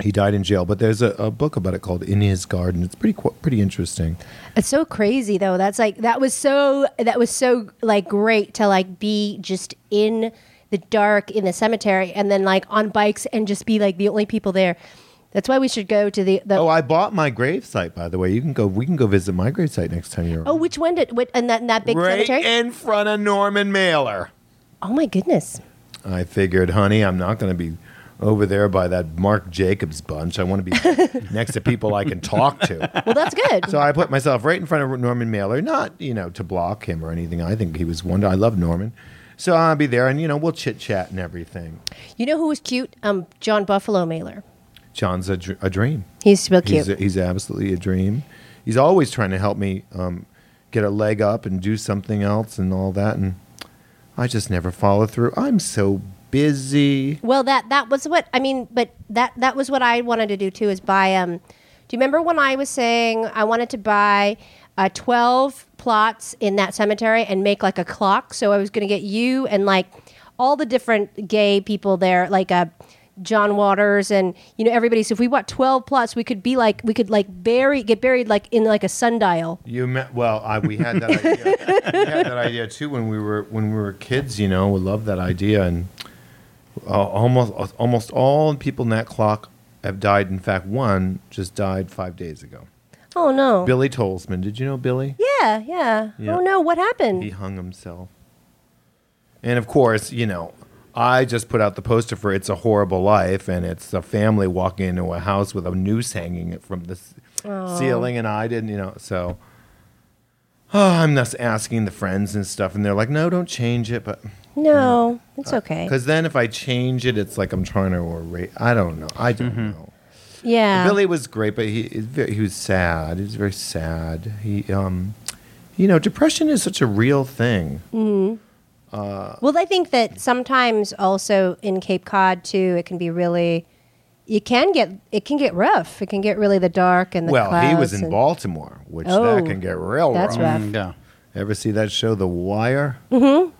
Speaker 3: he died in jail but there's a, a book about it called in his garden it's pretty qu- pretty interesting
Speaker 1: It's so crazy though. That's like that was so that was so like great to like be just in the dark in the cemetery and then like on bikes and just be like the only people there. That's why we should go to the, the
Speaker 3: oh
Speaker 1: oh,
Speaker 3: i bought my gravesite by the way you can go we can go visit my gravesite next time you're
Speaker 1: which one did what and that, and that Oh, big
Speaker 3: right
Speaker 1: cemetery?
Speaker 3: in front of norman mailer
Speaker 1: oh my goodness.
Speaker 3: I figured, honey, I'm not going to be over there by that Mark Jacobs bunch. I want to be next to people I can talk to.
Speaker 1: Well, that's good.
Speaker 3: So I put myself right in front of Norman Mailer, not, you know, to block him or anything. I think he was wonderful. I love Norman. So I'll be there and, you know, we'll chit chat and everything.
Speaker 1: you know who was cute? Um, John Buffalo Mailer.
Speaker 3: John's a, dr- a dream.
Speaker 1: He used to be
Speaker 3: He's,
Speaker 1: cute.
Speaker 3: he's absolutely a dream. He's always trying to help me um, get a leg up and do something else and all that. And I just never follow through. I'm so busy.
Speaker 1: Well, that that was what I mean, but that that was what I wanted to do too. Is buy um. Do you remember when I was saying I wanted to buy uh, twelve plots in that cemetery and make like a clock? So I was going to get you and like all the different gay people there, like uh, John Waters and you know everybody. So if we bought twelve plots, we could be like we could like bury get buried like in like a sundial.
Speaker 3: You met, well, I, we had that idea. we had that idea too when we were when we were kids. You know, we loved that idea, and uh, almost almost all people in that clock have died. In fact, one just died five days ago.
Speaker 1: Oh no!
Speaker 3: Billy Tolsman. Did you know Billy?
Speaker 1: yeah, yeah,
Speaker 3: Yeah.
Speaker 1: Oh no! What happened?
Speaker 3: He hung himself. And of course, you know, I just put out the poster for "It's a Horrible Life," and it's a family walking into a house with a noose hanging it from the s- ceiling, and I didn't, you know, so. Oh, I'm just asking the friends and stuff, and they're like, "No, don't change it," but
Speaker 1: no, it's
Speaker 3: Uh,
Speaker 1: okay.
Speaker 3: because then if I change it, it's like I'm trying to erase. I don't know. I don't know.
Speaker 1: Yeah,
Speaker 3: Billy was great, but he is ve- he was sad. He was very sad. He, um, you know, depression is such a real thing.
Speaker 1: Well, I think that sometimes also in Cape Cod too, it can be really. You can get it can get rough. It can get really the dark and the
Speaker 3: well, he was
Speaker 1: clouds
Speaker 3: in
Speaker 1: and-
Speaker 3: Baltimore, which
Speaker 1: Oh,
Speaker 3: that can get real
Speaker 1: that's
Speaker 3: wrong.
Speaker 1: rough.
Speaker 2: Mm, yeah.
Speaker 3: Ever see that show, The Wire? Mm-hmm.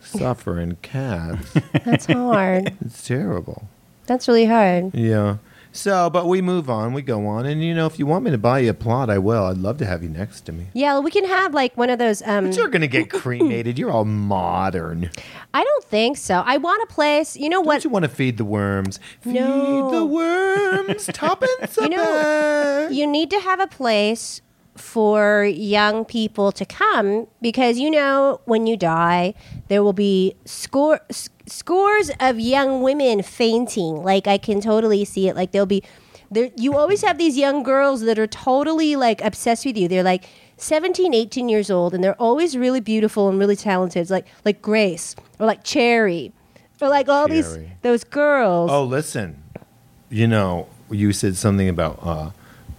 Speaker 3: Suffering cats.
Speaker 1: That's hard.
Speaker 3: it's terrible.
Speaker 1: That's really hard.
Speaker 3: Yeah. So, but we move on. We go on, and you know, if you want me to buy you a plot, I will. I'd love to have you next to me.
Speaker 1: Yeah, we can have like one of those. Um,
Speaker 3: But you're gonna get cremated. You're all modern.
Speaker 1: I don't think so. I want a place. You know
Speaker 3: What
Speaker 1: what?
Speaker 3: you want to feed the worms?
Speaker 1: No.
Speaker 3: Feed the worms. Tuppence a
Speaker 1: You know,
Speaker 3: bag.
Speaker 1: You need to have a place for young people to come because you know when you die there will be score, s- scores of young women fainting like i can totally see it like there'll be there you always have these young girls that are totally like obsessed with you they're like 17 18 years old and they're always really beautiful and really talented it's like like grace or like cherry or like all these
Speaker 3: Cherry.
Speaker 1: those girls
Speaker 3: Oh, listen. You know, you said something about uh,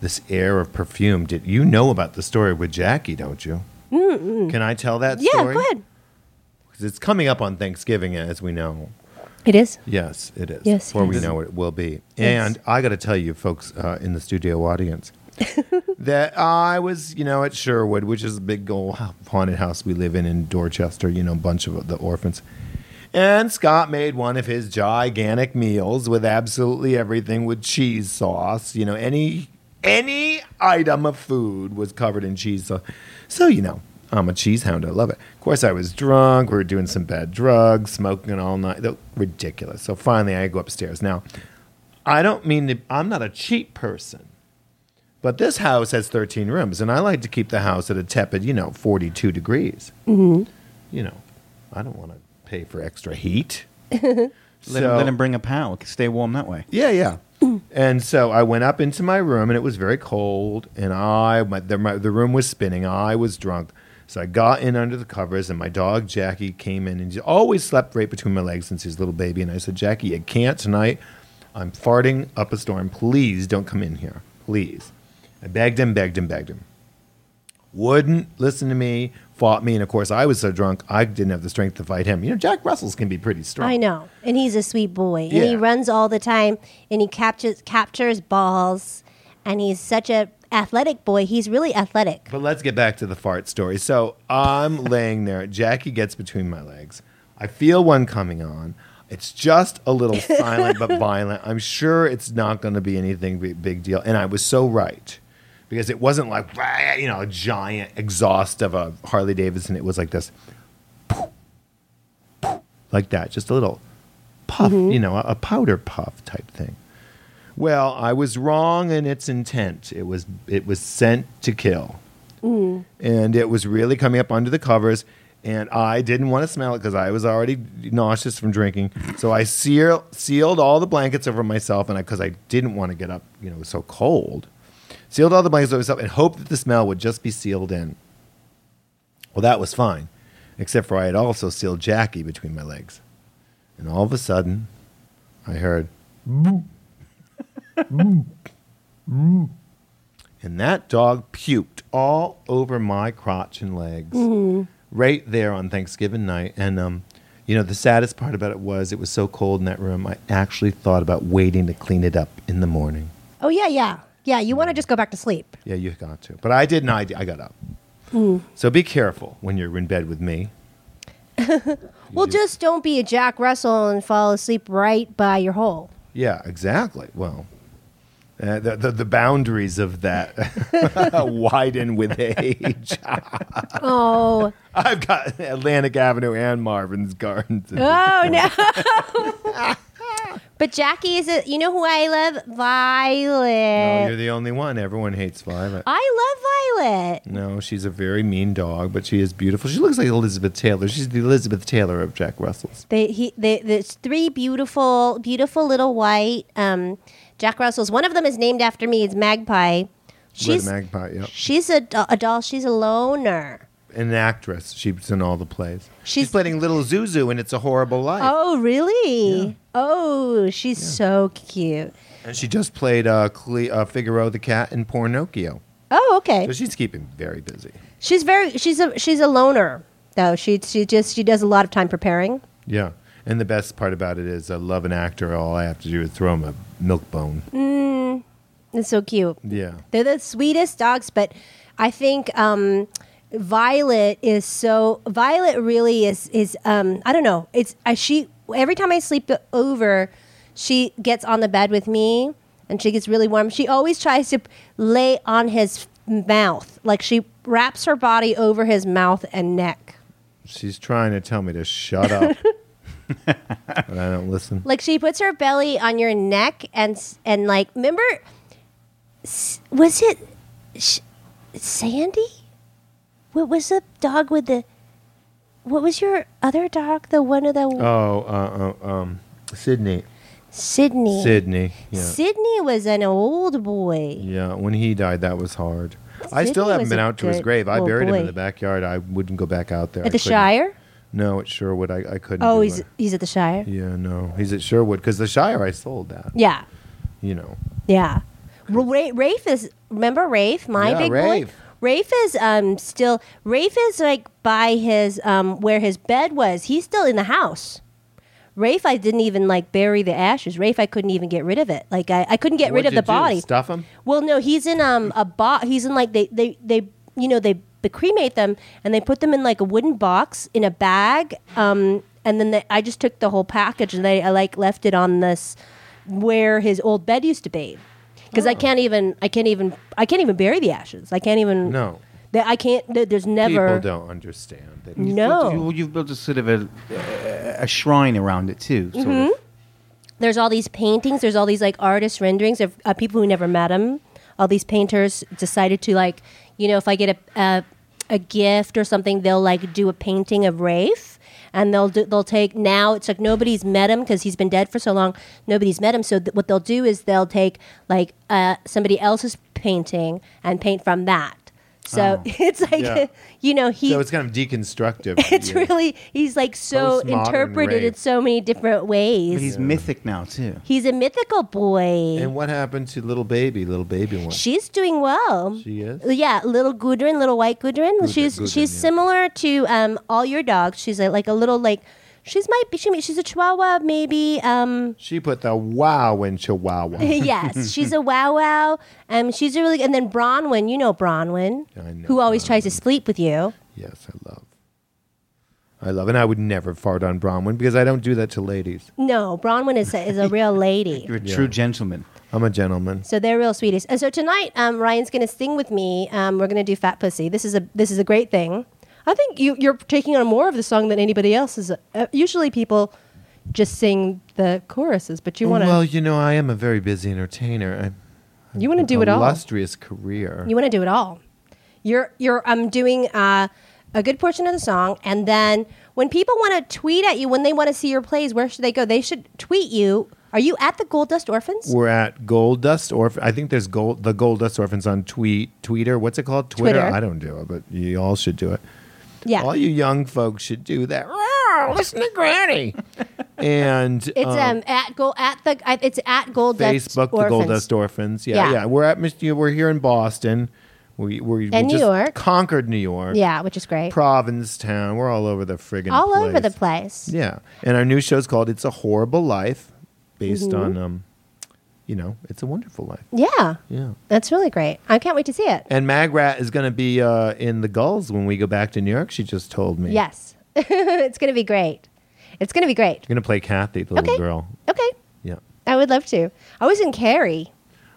Speaker 3: this air of perfume. Did you know about the story with Jackie? Don't you? mm Can I tell that
Speaker 1: yeah
Speaker 3: story?
Speaker 1: go ahead
Speaker 3: 'Cause it's coming up on Thanksgiving, as we know.
Speaker 1: it is
Speaker 3: Yes, it is.
Speaker 1: Yes,
Speaker 3: Before we
Speaker 1: yes.
Speaker 3: know it, it will be.
Speaker 1: Yes.
Speaker 3: And I got to tell you, folks uh, in the studio audience, that I was, you know, at Sherwood, which is a big old haunted house we live in in Dorchester, you know, a bunch of the orphans. And Scott made one of his gigantic meals with absolutely everything with cheese sauce. You know, any any item of food was covered in cheese sauce. So, you know, I'm a cheese hound. I love it. Of course, I was drunk. We were doing some bad drugs, smoking all night. Though, Ridiculous. So finally, I go upstairs. Now, I don't mean to, I'm not a cheap person. But this house has 13 rooms, and I like to keep the house at a tepid, you know, 42 degrees. Mm-hmm. You know, I don't want to pay for extra heat.
Speaker 2: Let, him, let him bring a pal. Stay warm that way.
Speaker 3: Yeah, yeah. and so I went up into my room, and it was very cold, and I my, the, my, the room was spinning. I was drunk, so I got in under the covers, and my dog Jackie came in, and she always slept right between my legs since he was a little baby. And I said, Jackie, you can't tonight. I'm farting up a storm. Please don't come in here. Please. I begged him, begged him, begged him wouldn't listen to me, fought me, and of course I was so drunk I didn't have the strength to fight him. You know, Jack Russell's can be pretty strong.
Speaker 1: I know, and he's a sweet boy, and he
Speaker 3: Yeah.
Speaker 1: runs all the time, and he captures captures balls, and he's such a athletic boy. He's really athletic.
Speaker 3: But let's get back to the fart story. So I'm laying there. Jackie gets between my legs. I feel one coming on. It's just a little silent but violent. I'm sure it's not going to be anything bi- big deal. And I was so right because it wasn't like, "Wah," you know, a giant exhaust of a Harley Davidson. It was like this, poof, poof, like that, just a little puff, you know, a, a powder puff type thing. Well, I was wrong in its intent. It was it was sent to kill and it was really coming up under the covers. And I didn't want to smell it because I was already nauseous from drinking. So I seal, sealed all the blankets over myself, and because I, didn't want to get up, you know, it was so cold. Sealed all the blankets over myself and hoped that the smell would just be sealed in. Well, that was fine, except for I had also sealed Jackie between my legs. And all of a sudden, I heard, "Boo. Boo. Boo." and that dog puked all over my crotch and legs
Speaker 1: Mm-hmm.
Speaker 3: right there on Thanksgiving night. And, um, you know, the saddest part about it was it was so cold in that room, I actually thought about waiting to clean it up in the morning.
Speaker 4: Oh yeah, yeah, yeah. You want to just go back to sleep.
Speaker 3: Yeah, you got to. But I didn't. I, I got up.
Speaker 1: Mm.
Speaker 3: So be careful when you're in bed with me.
Speaker 1: Well, just don't be a Jack Russell and fall asleep right by your hole.
Speaker 3: Yeah, exactly. Well, uh, the, the the boundaries of that widen with age.
Speaker 1: Oh,
Speaker 3: I've got Atlantic Avenue and Marvin's Gardens.
Speaker 1: oh no. but Jackie is a. You know who I love?
Speaker 3: No,
Speaker 1: Violet.
Speaker 3: you're the only one. Everyone hates Violet.
Speaker 1: I love Violet.
Speaker 3: No, she's a very mean dog, but she is beautiful. She looks like Elizabeth Taylor. She's the Elizabeth Taylor of Jack Russell's.
Speaker 1: They he they, there's three beautiful beautiful little white um, Jack Russells. One of them is named after me. It's Magpie. She's
Speaker 3: Red Magpie, yep.
Speaker 1: she's a, do- a doll. She's a loner.
Speaker 3: An actress. She's in all the plays. She's,
Speaker 1: She's-
Speaker 3: playing Little Zuzu in It's a Horrible Life.
Speaker 1: Oh really? Oh, she's so cute.
Speaker 3: And she just played uh, Cle- uh, Figaro the Cat in Pornocchio.
Speaker 1: Oh okay.
Speaker 3: So she's keeping very busy.
Speaker 1: She's very she's a she's a loner though. She she just she does a lot of time preparing.
Speaker 3: Yeah. And the best part about it is I love an actor. All I have to do is throw him a milk bone.
Speaker 1: It's so cute.
Speaker 3: Yeah.
Speaker 1: They're the sweetest dogs, but I think um, Violet is so. Violet really is is um, I don't know. It's I, she every time I sleep over, she gets on the bed with me and she gets really warm. She always tries to lay on his mouth, like she wraps her body over his mouth and neck.
Speaker 3: She's trying to tell me to shut up. but I don't listen.
Speaker 1: Like she puts her belly on your neck and s- and like remember, s- was it sh- Sandy? What was the dog with the? What was your other dog? The one of the
Speaker 3: Oh, uh, uh, um, Sydney.
Speaker 1: Sydney.
Speaker 3: Sydney. Yeah.
Speaker 1: Sydney was an old boy.
Speaker 3: yeah. When he died, that was hard. I still
Speaker 1: Sydney
Speaker 3: haven't
Speaker 1: was
Speaker 3: been
Speaker 1: a
Speaker 3: out to his
Speaker 1: good
Speaker 3: grave. I
Speaker 1: little
Speaker 3: buried him
Speaker 1: boy.
Speaker 3: in the backyard. I wouldn't go back out there. I
Speaker 1: At the
Speaker 3: couldn't.
Speaker 1: Shire?
Speaker 3: No, at Sherwood. I, I couldn't.
Speaker 1: Oh,
Speaker 3: do
Speaker 1: he's
Speaker 3: it.
Speaker 1: he's at the Shire.
Speaker 3: Yeah, no. He's at Sherwood because the Shire, I sold that.
Speaker 1: Yeah,
Speaker 3: You know.
Speaker 1: yeah. Ra- Ra- Rafe is remember Rafe, my
Speaker 3: Yeah,
Speaker 1: big boy.
Speaker 3: Rafe.
Speaker 1: Rafe is um still Rafe is like by his um where his bed was. He's still in the house. Rafe, I didn't even like bury the ashes. Rafe, I couldn't even get rid of it. Like I, I couldn't get rid
Speaker 3: What'd
Speaker 1: of
Speaker 3: you
Speaker 1: the
Speaker 3: do,
Speaker 1: body.
Speaker 3: Stuff him?
Speaker 1: Well, no, he's in um a box. He's in like they they they you know they, they cremate them and they put them in like a wooden box in a bag. Um, and then they, I just took the whole package and they I like left it on this where his old bed used to be because
Speaker 3: Oh.
Speaker 1: I can't even I can't even I can't even bury the ashes. I can't even
Speaker 3: No.
Speaker 1: That I can't. There, there's never.
Speaker 3: People don't understand. That
Speaker 1: No.
Speaker 2: You, you've built a sort of a, a shrine around it too. Sort
Speaker 1: Mm-hmm.
Speaker 2: of.
Speaker 1: there's all these paintings there's all these like artist renderings of uh, people who never met him all these painters decided to like you know if i get a, a, a gift or something they'll like do a painting of rafe and they'll do, they'll take now it's like nobody's met him because he's been dead for so long nobody's met him so th- what they'll do is they'll take like uh, somebody else's painting and paint from that so it's like
Speaker 3: Oh. Yeah.
Speaker 1: you know he
Speaker 3: So it's kind of deconstructive.
Speaker 1: it's
Speaker 3: Yeah.
Speaker 1: really he's like so
Speaker 3: Postmodern
Speaker 1: interpreted in
Speaker 3: Rafe.
Speaker 1: so many different ways
Speaker 2: But he's mythic now too.
Speaker 1: He's a mythical boy.
Speaker 3: And what happened to little baby? Little baby one.
Speaker 1: she's doing well.
Speaker 3: She is?
Speaker 1: Yeah, little Gudrun, little white Gudrun. she's
Speaker 3: Gudrun,
Speaker 1: she's
Speaker 3: yeah.
Speaker 1: similar to um all your dogs. She's a, like a little like she's might be she, she's a Chihuahua maybe. Um
Speaker 3: She put the wow in Chihuahua. I
Speaker 1: yes, she's a wow wow. Um she's a really and then Bronwyn, you know Bronwyn,
Speaker 3: know
Speaker 1: who always tries to sleep with you.
Speaker 3: Yes, I love. I love, and I would never fart on Bronwyn because I don't do that to ladies.
Speaker 1: No, Bronwyn is a, is a real lady.
Speaker 2: You're a true gentleman.
Speaker 3: I'm a gentleman.
Speaker 1: So they're real sweeties. And so tonight, um, Ryan's going to sing with me. Um, we're going to do Fat Pussy. This is a this is a great thing. I think you, you're taking on more of the song than anybody else is. Uh, usually people just sing the choruses, but you want to
Speaker 3: Well, you know, I am a very busy entertainer. I,
Speaker 1: you want to
Speaker 3: uh,
Speaker 1: do it all.
Speaker 3: Illustrious career.
Speaker 1: You want to do it all. You're you're um doing uh, a good portion of the song, and then when people want to tweet at you when they want to see your plays, where should they go? They should tweet you. Are you at the Gold Dust Orphans?
Speaker 3: We're at Gold Dust Orph I think there's Gold the Gold Dust Orphans on tweet Twitter. What's it called? Twitter.
Speaker 1: Twitter.
Speaker 3: I don't do it, but you all should do it.
Speaker 1: Yeah,
Speaker 3: All you young folks should do that. Rawr, Listen to Granny. and
Speaker 1: it's
Speaker 3: um,
Speaker 1: um, at gold at the I- it's at Gold Dust
Speaker 3: Facebook, the Gold
Speaker 1: Orphans.
Speaker 3: Dust Orphans. Yeah, yeah,
Speaker 1: Yeah.
Speaker 3: We're at Mis- you know, we're here in Boston. We we, we
Speaker 1: And New
Speaker 3: just
Speaker 1: York.
Speaker 3: conquered New York.
Speaker 1: Yeah, which is great.
Speaker 3: Provincetown. We're all over the friggin'
Speaker 1: All over
Speaker 3: place.
Speaker 1: the place.
Speaker 3: Yeah, and our new show's called "It's a Horrible Life," based
Speaker 1: Mm-hmm.
Speaker 3: on um, you know, it's a wonderful life.
Speaker 1: Yeah,
Speaker 3: Yeah.
Speaker 1: that's really great. I can't wait to see it.
Speaker 3: And Magrat is going to be uh, in the Gulls when we go back to New York. She just told me.
Speaker 1: Yes, it's going to be great. It's going to be great.
Speaker 3: You're going to play Kathy, the little
Speaker 1: Okay.
Speaker 3: girl.
Speaker 1: Okay,
Speaker 3: Yeah.
Speaker 1: I would love to. I was in Carrie.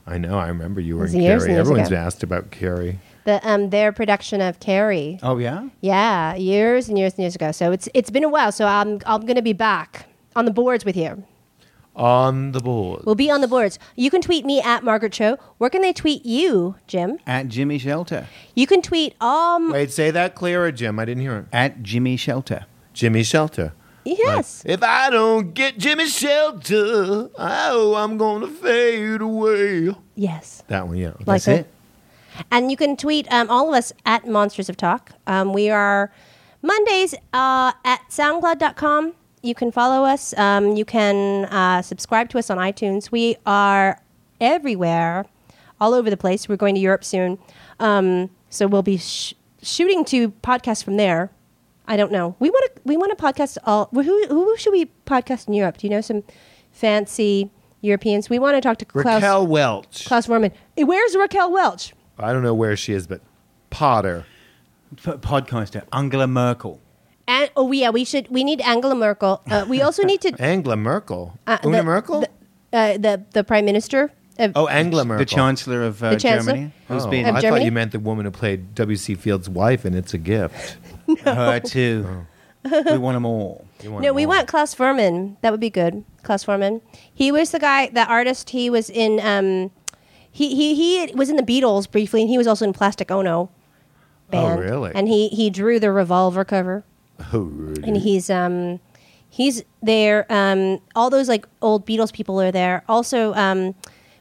Speaker 3: I know. I remember you were
Speaker 1: was
Speaker 3: in
Speaker 1: years and
Speaker 3: Carrie.
Speaker 1: years
Speaker 3: Everyone's
Speaker 1: ago.
Speaker 3: asked about Carrie.
Speaker 1: the um their production of Carrie.
Speaker 2: Oh yeah.
Speaker 1: Yeah, years and years and years ago. So it's it's been a while. So I'm I'm gonna be back on the boards with you.
Speaker 3: On the board.
Speaker 1: We'll be on the boards. You can tweet me at Margaret Cho. Where can they tweet you, Jim?
Speaker 2: At Jimmy Shelter.
Speaker 1: You can tweet um
Speaker 3: Wait, say that clearer, Jim. I didn't hear it.
Speaker 2: At Jimmy Shelter.
Speaker 3: Jimmy Shelter.
Speaker 1: yes.
Speaker 3: If I don't get Jimmy Shelter, oh, I'm going to fade away.
Speaker 1: Yes.
Speaker 3: That one, yeah.
Speaker 1: Like
Speaker 2: That's
Speaker 1: that.
Speaker 2: it.
Speaker 1: And you can tweet um, all of us at Monsters of Talk. Um, we are Mondays uh, at SoundCloud.com. You can follow us. Um, you can uh, subscribe to us on iTunes. We are everywhere, all over the place. We're going to Europe soon. Um, so we'll be sh- shooting to podcasts from there. I don't know. We want to we want to podcast all. Who, who should we podcast in Europe? Do you know some fancy Europeans? We want to talk to Klaus,
Speaker 3: Raquel Welch.
Speaker 1: Klaus Werman. Where's Raquel Welch?
Speaker 3: I don't know where she is, but Potter.
Speaker 2: P- podcaster Angela Merkel.
Speaker 1: And, oh yeah, we should. We need Angela Merkel. Uh, we also need to
Speaker 3: Angela Merkel.
Speaker 1: uh,
Speaker 3: Una
Speaker 1: the-
Speaker 3: Merkel?
Speaker 1: the, uh, the the Prime Minister. Of,
Speaker 3: oh, Angela Merkel.
Speaker 2: The Chancellor of uh,
Speaker 1: The Chancellor?
Speaker 2: Germany, who's
Speaker 3: Oh,
Speaker 2: been
Speaker 1: Of
Speaker 3: I
Speaker 1: Germany?
Speaker 3: thought you meant the woman who played W.C. Fields' wife, and it's a gift.
Speaker 2: her too.
Speaker 3: Oh.
Speaker 2: we want them all.
Speaker 1: no, we want Klaus Furman. That would be good. Klaus Furman. He was the guy, the artist. He was in. Um, he he he was in the Beatles briefly, and he was also in Plastic Ono. Band.
Speaker 3: really?
Speaker 1: And he he drew the revolver cover. and he's um he's there um all those like old beatles people are there also um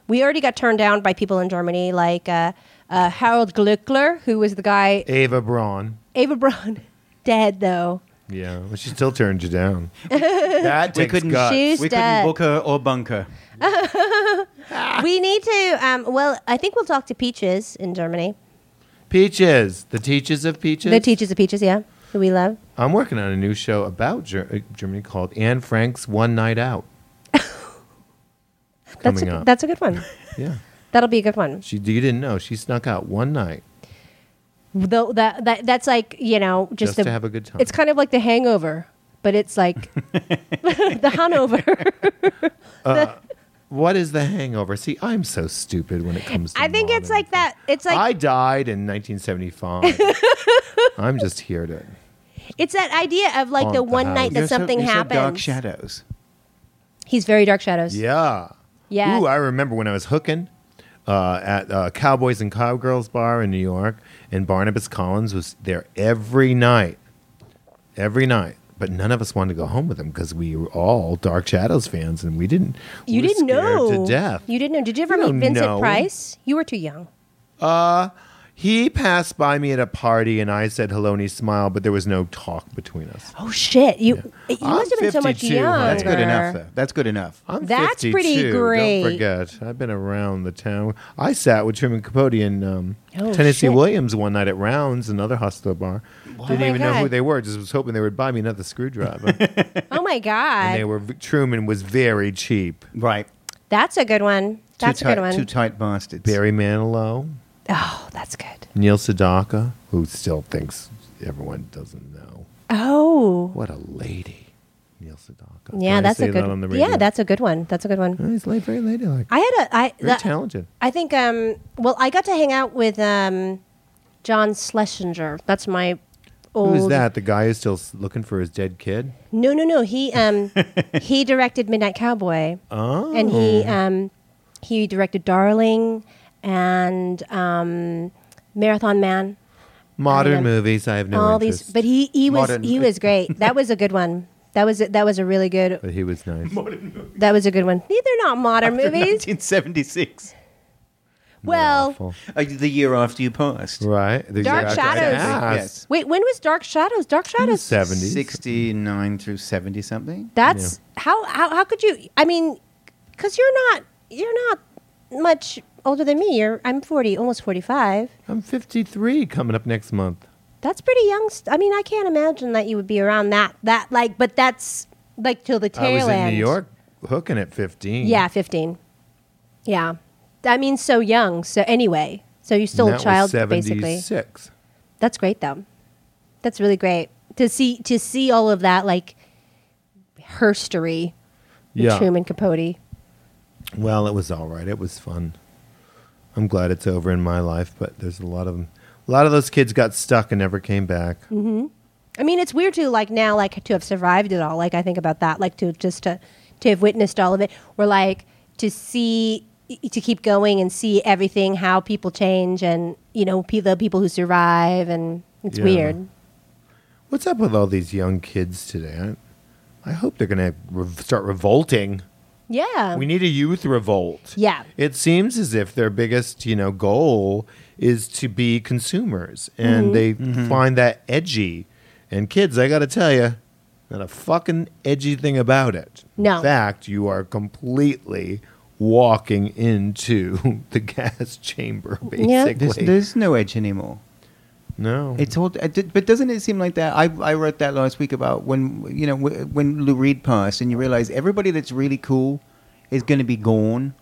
Speaker 1: we already got turned down by people in germany like uh, uh harold gluckler who was the guy
Speaker 3: Ava Braun.
Speaker 1: ava braun dead though
Speaker 3: Yeah, well, she still turned you down. that
Speaker 2: We
Speaker 3: takes
Speaker 2: couldn't.
Speaker 3: guts.
Speaker 1: She's
Speaker 2: we
Speaker 1: dead.
Speaker 2: couldn't book her or bunker.
Speaker 1: we need to um well i think we'll talk to peaches in germany
Speaker 3: Peaches, the teachers of peaches.
Speaker 1: the teachers of peaches yeah who we love
Speaker 3: I'm working on a new show about Ger- uh, Germany called Anne Frank's One Night Out. It's
Speaker 1: that's
Speaker 3: coming
Speaker 1: a,
Speaker 3: up.
Speaker 1: that's a good one
Speaker 3: yeah.
Speaker 1: that'll be a good one
Speaker 3: She you didn't know she snuck out one night.
Speaker 1: though that, that that's like you know just,
Speaker 3: Just
Speaker 1: the-
Speaker 3: to have a good time.
Speaker 1: It's kind of like the Hangover, but it's like the Hanover.
Speaker 3: What is the hangover? See, I'm so stupid when it comes to
Speaker 1: I think it's
Speaker 3: modern
Speaker 1: like that. It's like
Speaker 3: I died in 1975. I'm just here to
Speaker 1: it's that idea of like the
Speaker 3: Haunt the
Speaker 1: one
Speaker 3: house.
Speaker 1: night that
Speaker 2: You're so-
Speaker 1: something
Speaker 2: you're so
Speaker 1: happens.
Speaker 2: dark shadows.
Speaker 1: He's very dark shadows.
Speaker 3: Yeah.
Speaker 1: Yeah.
Speaker 3: Ooh, I remember when I was hooking uh, at uh, Cowboys and Cowgirls Bar in New York, and Barnabas Collins was there every night, every night. But none of us wanted to go home with him because we were all Dark Shadows fans, and we didn't. we
Speaker 1: You
Speaker 3: were
Speaker 1: didn't
Speaker 3: scared
Speaker 1: know
Speaker 3: to death.
Speaker 1: You didn't know. Did you ever
Speaker 3: You don't
Speaker 1: meet Vincent
Speaker 3: know.
Speaker 1: Price? You were too young.
Speaker 3: he passed by me at a party, and I said hello, and he smiled, but there was no talk between us.
Speaker 1: Oh shit! You you
Speaker 3: I'm
Speaker 1: must have been so much
Speaker 3: 52.
Speaker 1: younger.
Speaker 2: That's good enough. Though. That's good enough.
Speaker 3: I'm
Speaker 1: That's pretty
Speaker 3: 52,
Speaker 1: great.
Speaker 3: Don't forget, I've been around the town. I sat with Truman Capote and um,
Speaker 1: Oh,
Speaker 3: Tennessee
Speaker 1: shit.
Speaker 3: Williams one night at Rounds, another hostel bar. Didn't
Speaker 1: Oh my
Speaker 3: even know who
Speaker 1: God.
Speaker 3: they were. Just was hoping they would buy me another screwdriver.
Speaker 1: Oh my
Speaker 3: and they
Speaker 1: god,
Speaker 3: were Truman was very cheap.
Speaker 2: Right.
Speaker 1: that's a good one. That's
Speaker 2: two
Speaker 1: a
Speaker 2: tight,
Speaker 1: good one.
Speaker 2: Two tight bastards.
Speaker 3: Barry Manilow,
Speaker 1: oh, that's good.
Speaker 3: Neil Sedaka, who still thinks everyone doesn't know.
Speaker 1: Oh, Ooh.
Speaker 3: What a lady, Neil Sedaka. Did
Speaker 1: Yeah,
Speaker 3: I
Speaker 1: that's
Speaker 3: say
Speaker 1: a good.
Speaker 3: That on the radio?
Speaker 1: yeah, that's a good one. That's a good one.
Speaker 3: Oh, he's like very ladylike.
Speaker 1: I had a I
Speaker 3: Very
Speaker 1: the-
Speaker 3: talented.
Speaker 1: I think um well I got to hang out with um John Schlesinger. That's my old
Speaker 3: Who's that? The guy who's still s- looking for his dead kid.
Speaker 1: No, no, no. He um he directed Midnight Cowboy. Oh. And he um he directed Darling and um Marathon Man.
Speaker 3: Modern
Speaker 1: am-
Speaker 3: movies, I have no
Speaker 1: all
Speaker 3: interest.
Speaker 1: these but he he was
Speaker 2: Modern.
Speaker 1: he was great. that was a good one. That was a, that was a really good
Speaker 3: But he was nice.
Speaker 1: that was a good one. They're not modern movies.
Speaker 2: 1976,
Speaker 1: Well,
Speaker 3: Awful.
Speaker 2: uh, the year after you passed.
Speaker 3: right? The
Speaker 1: Dark
Speaker 3: exact-
Speaker 1: Shadows.
Speaker 3: Yes.
Speaker 1: wait, when was Dark Shadows? Dark Shadows
Speaker 3: Seventies.
Speaker 2: 69 through 70 something.
Speaker 1: That's how, how how could you? I mean, because you're not you're not much older than me. You're I'm forty, almost forty five.
Speaker 3: I'm 53 coming up next month.
Speaker 1: That's pretty young. St- I mean, I can't imagine that you would be around that that like. But that's like till the
Speaker 3: I
Speaker 1: tail
Speaker 3: was
Speaker 1: end.
Speaker 3: in New York hooking at 15.
Speaker 1: Yeah, fifteen. Yeah, I mean, so young. So anyway, so you're still
Speaker 3: And
Speaker 1: a
Speaker 3: that
Speaker 1: child,
Speaker 3: was 76.
Speaker 1: basically. That's great though. That's really great to see to see all of that like herstory, with
Speaker 3: Yeah.
Speaker 1: Truman Capote.
Speaker 3: Well, it was all right. It was fun. I'm glad it's over in my life, but there's a lot of 'em- A lot of those kids got stuck and never came back.
Speaker 1: Mm-hmm. I mean, it's weird to like now, like to have survived it all. Like I think about that, like to just to to have witnessed all of it, or like to see e, to keep going and see everything, how people change, and you know, pe- the people who survive, and it's
Speaker 3: Yeah.
Speaker 1: weird.
Speaker 3: What's up with all these young kids today? I, I hope they're going to rev start revolting.
Speaker 1: Yeah,
Speaker 3: We need a youth revolt.
Speaker 1: Yeah.
Speaker 3: It seems as if their biggest, you know, goal is to be consumers and
Speaker 1: Mm-hmm.
Speaker 3: they
Speaker 2: Mm-hmm.
Speaker 3: find that edgy. And kids, I got to tell you, not a fucking edgy thing about it.
Speaker 1: No.
Speaker 3: In fact, you are completely walking into the gas chamber
Speaker 1: Yeah.
Speaker 3: basically.
Speaker 2: There's, there's no edge anymore.
Speaker 3: no.
Speaker 2: It's all, uh, d- but doesn't it seem like that? I, I wrote that last week about when you know wh- when Lou Reed passed, and you realize everybody that's really cool is going to be gone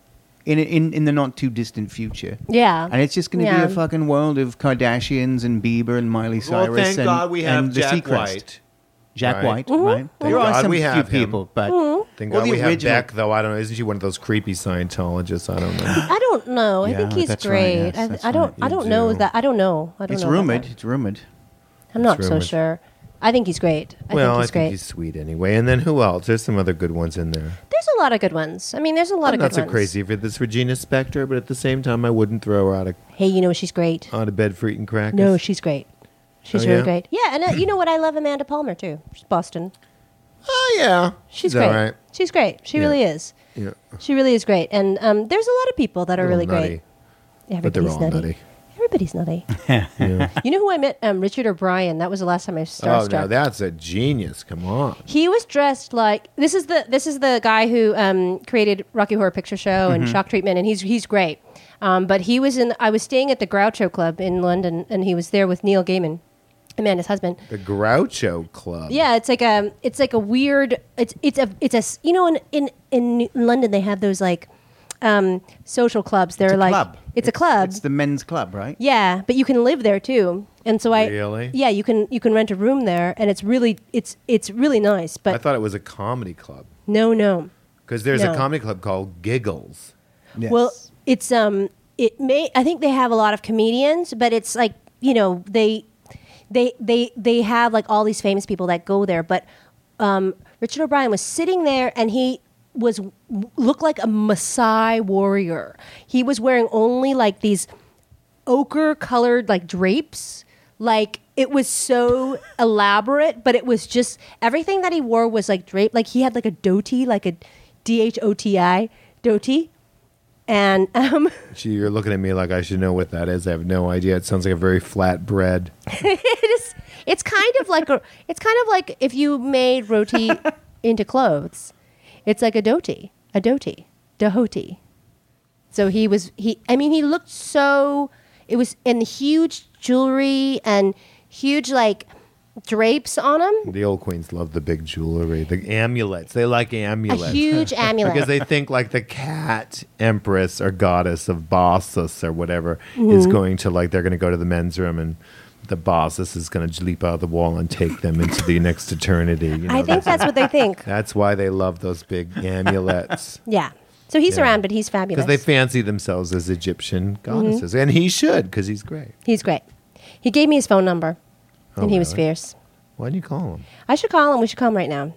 Speaker 2: in in in the not too distant future.
Speaker 1: yeah,
Speaker 2: And it's just going to
Speaker 1: Yeah.
Speaker 2: be a fucking world of Kardashians and Bieber and Miley Cyrus. and, and the Seacrest. Jack
Speaker 3: Right.
Speaker 2: White,
Speaker 1: Mm-hmm.
Speaker 2: right? There
Speaker 3: Thank
Speaker 2: are
Speaker 3: God
Speaker 2: some
Speaker 3: we have
Speaker 2: few
Speaker 3: him.
Speaker 2: people, but
Speaker 3: Thank
Speaker 2: all
Speaker 3: God
Speaker 2: the
Speaker 3: we have
Speaker 2: original-
Speaker 3: Beck, though. I don't know. Isn't she one of those creepy Scientologists? I don't know.
Speaker 1: I don't know. I
Speaker 2: Yeah,
Speaker 1: think he's
Speaker 2: that's
Speaker 1: great.
Speaker 2: right, yes,
Speaker 1: I-
Speaker 2: that's
Speaker 1: I, don't.
Speaker 2: right,
Speaker 1: I
Speaker 2: you
Speaker 1: don't know
Speaker 3: do.
Speaker 1: that. I don't know. I don't
Speaker 2: it's
Speaker 1: know about
Speaker 2: rumored.
Speaker 1: that.
Speaker 2: It's rumored.
Speaker 1: I'm not
Speaker 3: It's
Speaker 1: so
Speaker 3: rumored.
Speaker 1: sure. I think he's great. I
Speaker 3: well,
Speaker 1: think
Speaker 3: I
Speaker 1: he's
Speaker 3: think
Speaker 1: great.
Speaker 3: he's sweet anyway. And then who else? There's some other good ones in there.
Speaker 1: There's a lot of good ones. I mean, there's a lot
Speaker 3: I'm
Speaker 1: of
Speaker 3: not
Speaker 1: good
Speaker 3: so
Speaker 1: ones.
Speaker 3: crazy for this Regina Spector, but at the same time, I wouldn't throw her out of
Speaker 1: Hey, you know she's great.
Speaker 3: out of bed for eating crackers.
Speaker 1: No, she's great. She's
Speaker 3: Oh,
Speaker 1: really
Speaker 3: yeah?
Speaker 1: great. Yeah, and uh, you know what? I love Amanda Palmer too. She's Boston.
Speaker 3: oh yeah,
Speaker 1: She's
Speaker 3: all
Speaker 1: great.
Speaker 3: right.
Speaker 1: She's great. She
Speaker 3: Yeah.
Speaker 1: really is.
Speaker 3: Yeah,
Speaker 1: She really is great. And um, there's a lot of people that are really
Speaker 3: Little
Speaker 1: great.
Speaker 3: nutty, but they're
Speaker 1: Everybody's
Speaker 3: all nutty.
Speaker 1: Everybody's nutty.
Speaker 3: Yeah.
Speaker 1: you know who I met? Um, Richard O'Brien. That was the last time I was
Speaker 3: oh
Speaker 1: starstruck.
Speaker 3: no, that's a genius. Come on.
Speaker 1: he was dressed like this is the this is the guy who um, created Rocky Horror Picture Show and
Speaker 2: Mm-hmm.
Speaker 1: Shock Treatment, and he's he's great. Um, but he was in. I was staying at the Groucho Club in London, and he was there with Neil Gaiman, Amanda's husband.
Speaker 3: The Groucho Club.
Speaker 1: Yeah, it's like a it's like a weird it's it's a it's a s- you know in in in London they have those like um social clubs. They're
Speaker 2: It's a
Speaker 1: like
Speaker 2: club.
Speaker 1: it's a club.
Speaker 2: It's the men's club, right?
Speaker 1: yeah, but you can live there too. And so I
Speaker 3: Really?
Speaker 1: Yeah, you can you can rent a room there and it's really it's it's really nice, but
Speaker 3: I thought it was a comedy club
Speaker 1: no no.
Speaker 3: because there's
Speaker 1: No.
Speaker 3: a comedy club called Giggles.
Speaker 2: Yes.
Speaker 1: Well, it's um, it may. I think they have a lot of comedians, but it's like you know they, they they they have like all these famous people that go there. But um, Richard O'Brien was sitting there, and he was looked like a Maasai warrior. He was wearing only like these ochre colored like drapes. Like it was so elaborate, but it was just everything that he wore was like draped. Like he had like a dhoti, like a D H O T I dhoti. And um,
Speaker 3: Gee, you're looking at me like I should know what that is. I have no idea. It sounds like a very flat bread.
Speaker 1: it is, it's kind of like a, it's kind of like if you made roti into clothes. It's like a dhoti, a dhoti, dhoti. So he was he. I mean, he looked so. It was and huge jewelry and huge like drapes on him.
Speaker 3: The old queens love the big jewelry, the amulets. They like
Speaker 1: A
Speaker 3: amulets.
Speaker 1: huge amulet.
Speaker 3: because they think like the cat empress
Speaker 1: Mm-hmm.
Speaker 3: or goddess of Bossus or whatever is going to like they're going to go to the men's room and the boss. This is going to leap out of the wall and take them into the next eternity. You know,
Speaker 1: I think that's what they think.
Speaker 3: that's why they love those big amulets
Speaker 1: Yeah. So he's
Speaker 3: Yeah.
Speaker 1: around, but he's fabulous.
Speaker 3: because they fancy themselves as Egyptian
Speaker 1: Mm-hmm.
Speaker 3: goddesses, and he should because he's great.
Speaker 1: he's great. He gave me his phone number,
Speaker 3: Oh,
Speaker 1: and he was
Speaker 3: really?
Speaker 1: fierce.
Speaker 3: Why do you call him?
Speaker 1: I should call him. We should call him right now.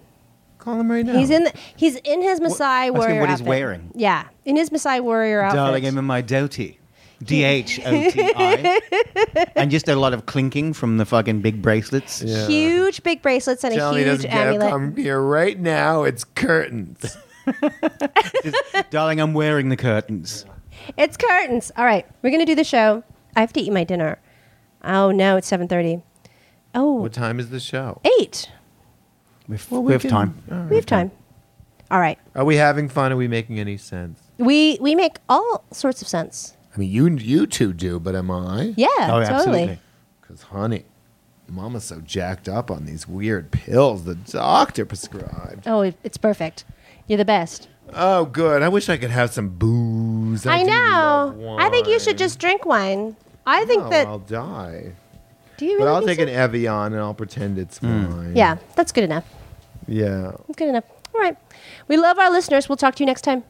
Speaker 3: Call him right now.
Speaker 1: He's in the, he's in his Maasai
Speaker 2: asking
Speaker 1: warrior
Speaker 2: what he's
Speaker 1: outfit.
Speaker 2: wearing.
Speaker 1: Yeah, in his Maasai warrior outfit.
Speaker 2: Darling, I'm in my doti. D H O T I. And just a lot of clinking from the fucking big bracelets.
Speaker 3: Yeah.
Speaker 1: Huge big bracelets and
Speaker 3: Tell
Speaker 1: a
Speaker 3: me he
Speaker 1: huge
Speaker 3: doesn't get up. Um,
Speaker 1: amulet.
Speaker 3: I'm here right now. It's curtains.
Speaker 2: Just, Darling, I'm wearing the curtains.
Speaker 1: It's curtains. All right, we're gonna do the show. I have to eat my dinner. Oh no, it's seven thirty. Oh,
Speaker 3: what time is the show?
Speaker 1: eight.
Speaker 2: We've,
Speaker 3: Well,
Speaker 2: we have
Speaker 3: can-
Speaker 2: time.
Speaker 3: all right.
Speaker 1: We have time. All right,
Speaker 3: Are we having fun? Are we making any sense?
Speaker 1: we we make all sorts of sense.
Speaker 3: I mean, you you two do, but am I?
Speaker 1: Yeah,
Speaker 2: oh,
Speaker 1: totally.
Speaker 2: absolutely.
Speaker 3: Because honey, Mama's so jacked up on these weird pills the doctor prescribed.
Speaker 1: Oh, it- it's perfect. You're the best.
Speaker 3: Oh, good. I wish I could have some booze.
Speaker 1: I,
Speaker 3: do love
Speaker 1: know.
Speaker 3: wine.
Speaker 1: I think you should just drink wine. I think
Speaker 3: No,
Speaker 1: that.
Speaker 3: Oh, I'll die.
Speaker 1: do you really?
Speaker 3: But I'll
Speaker 1: think
Speaker 3: take
Speaker 1: so?
Speaker 3: an Evian and I'll pretend it's mine.
Speaker 1: Yeah, that's good enough.
Speaker 3: Hmm. Yeah.
Speaker 1: That's good enough. All right. We love our listeners. We'll talk to you next time.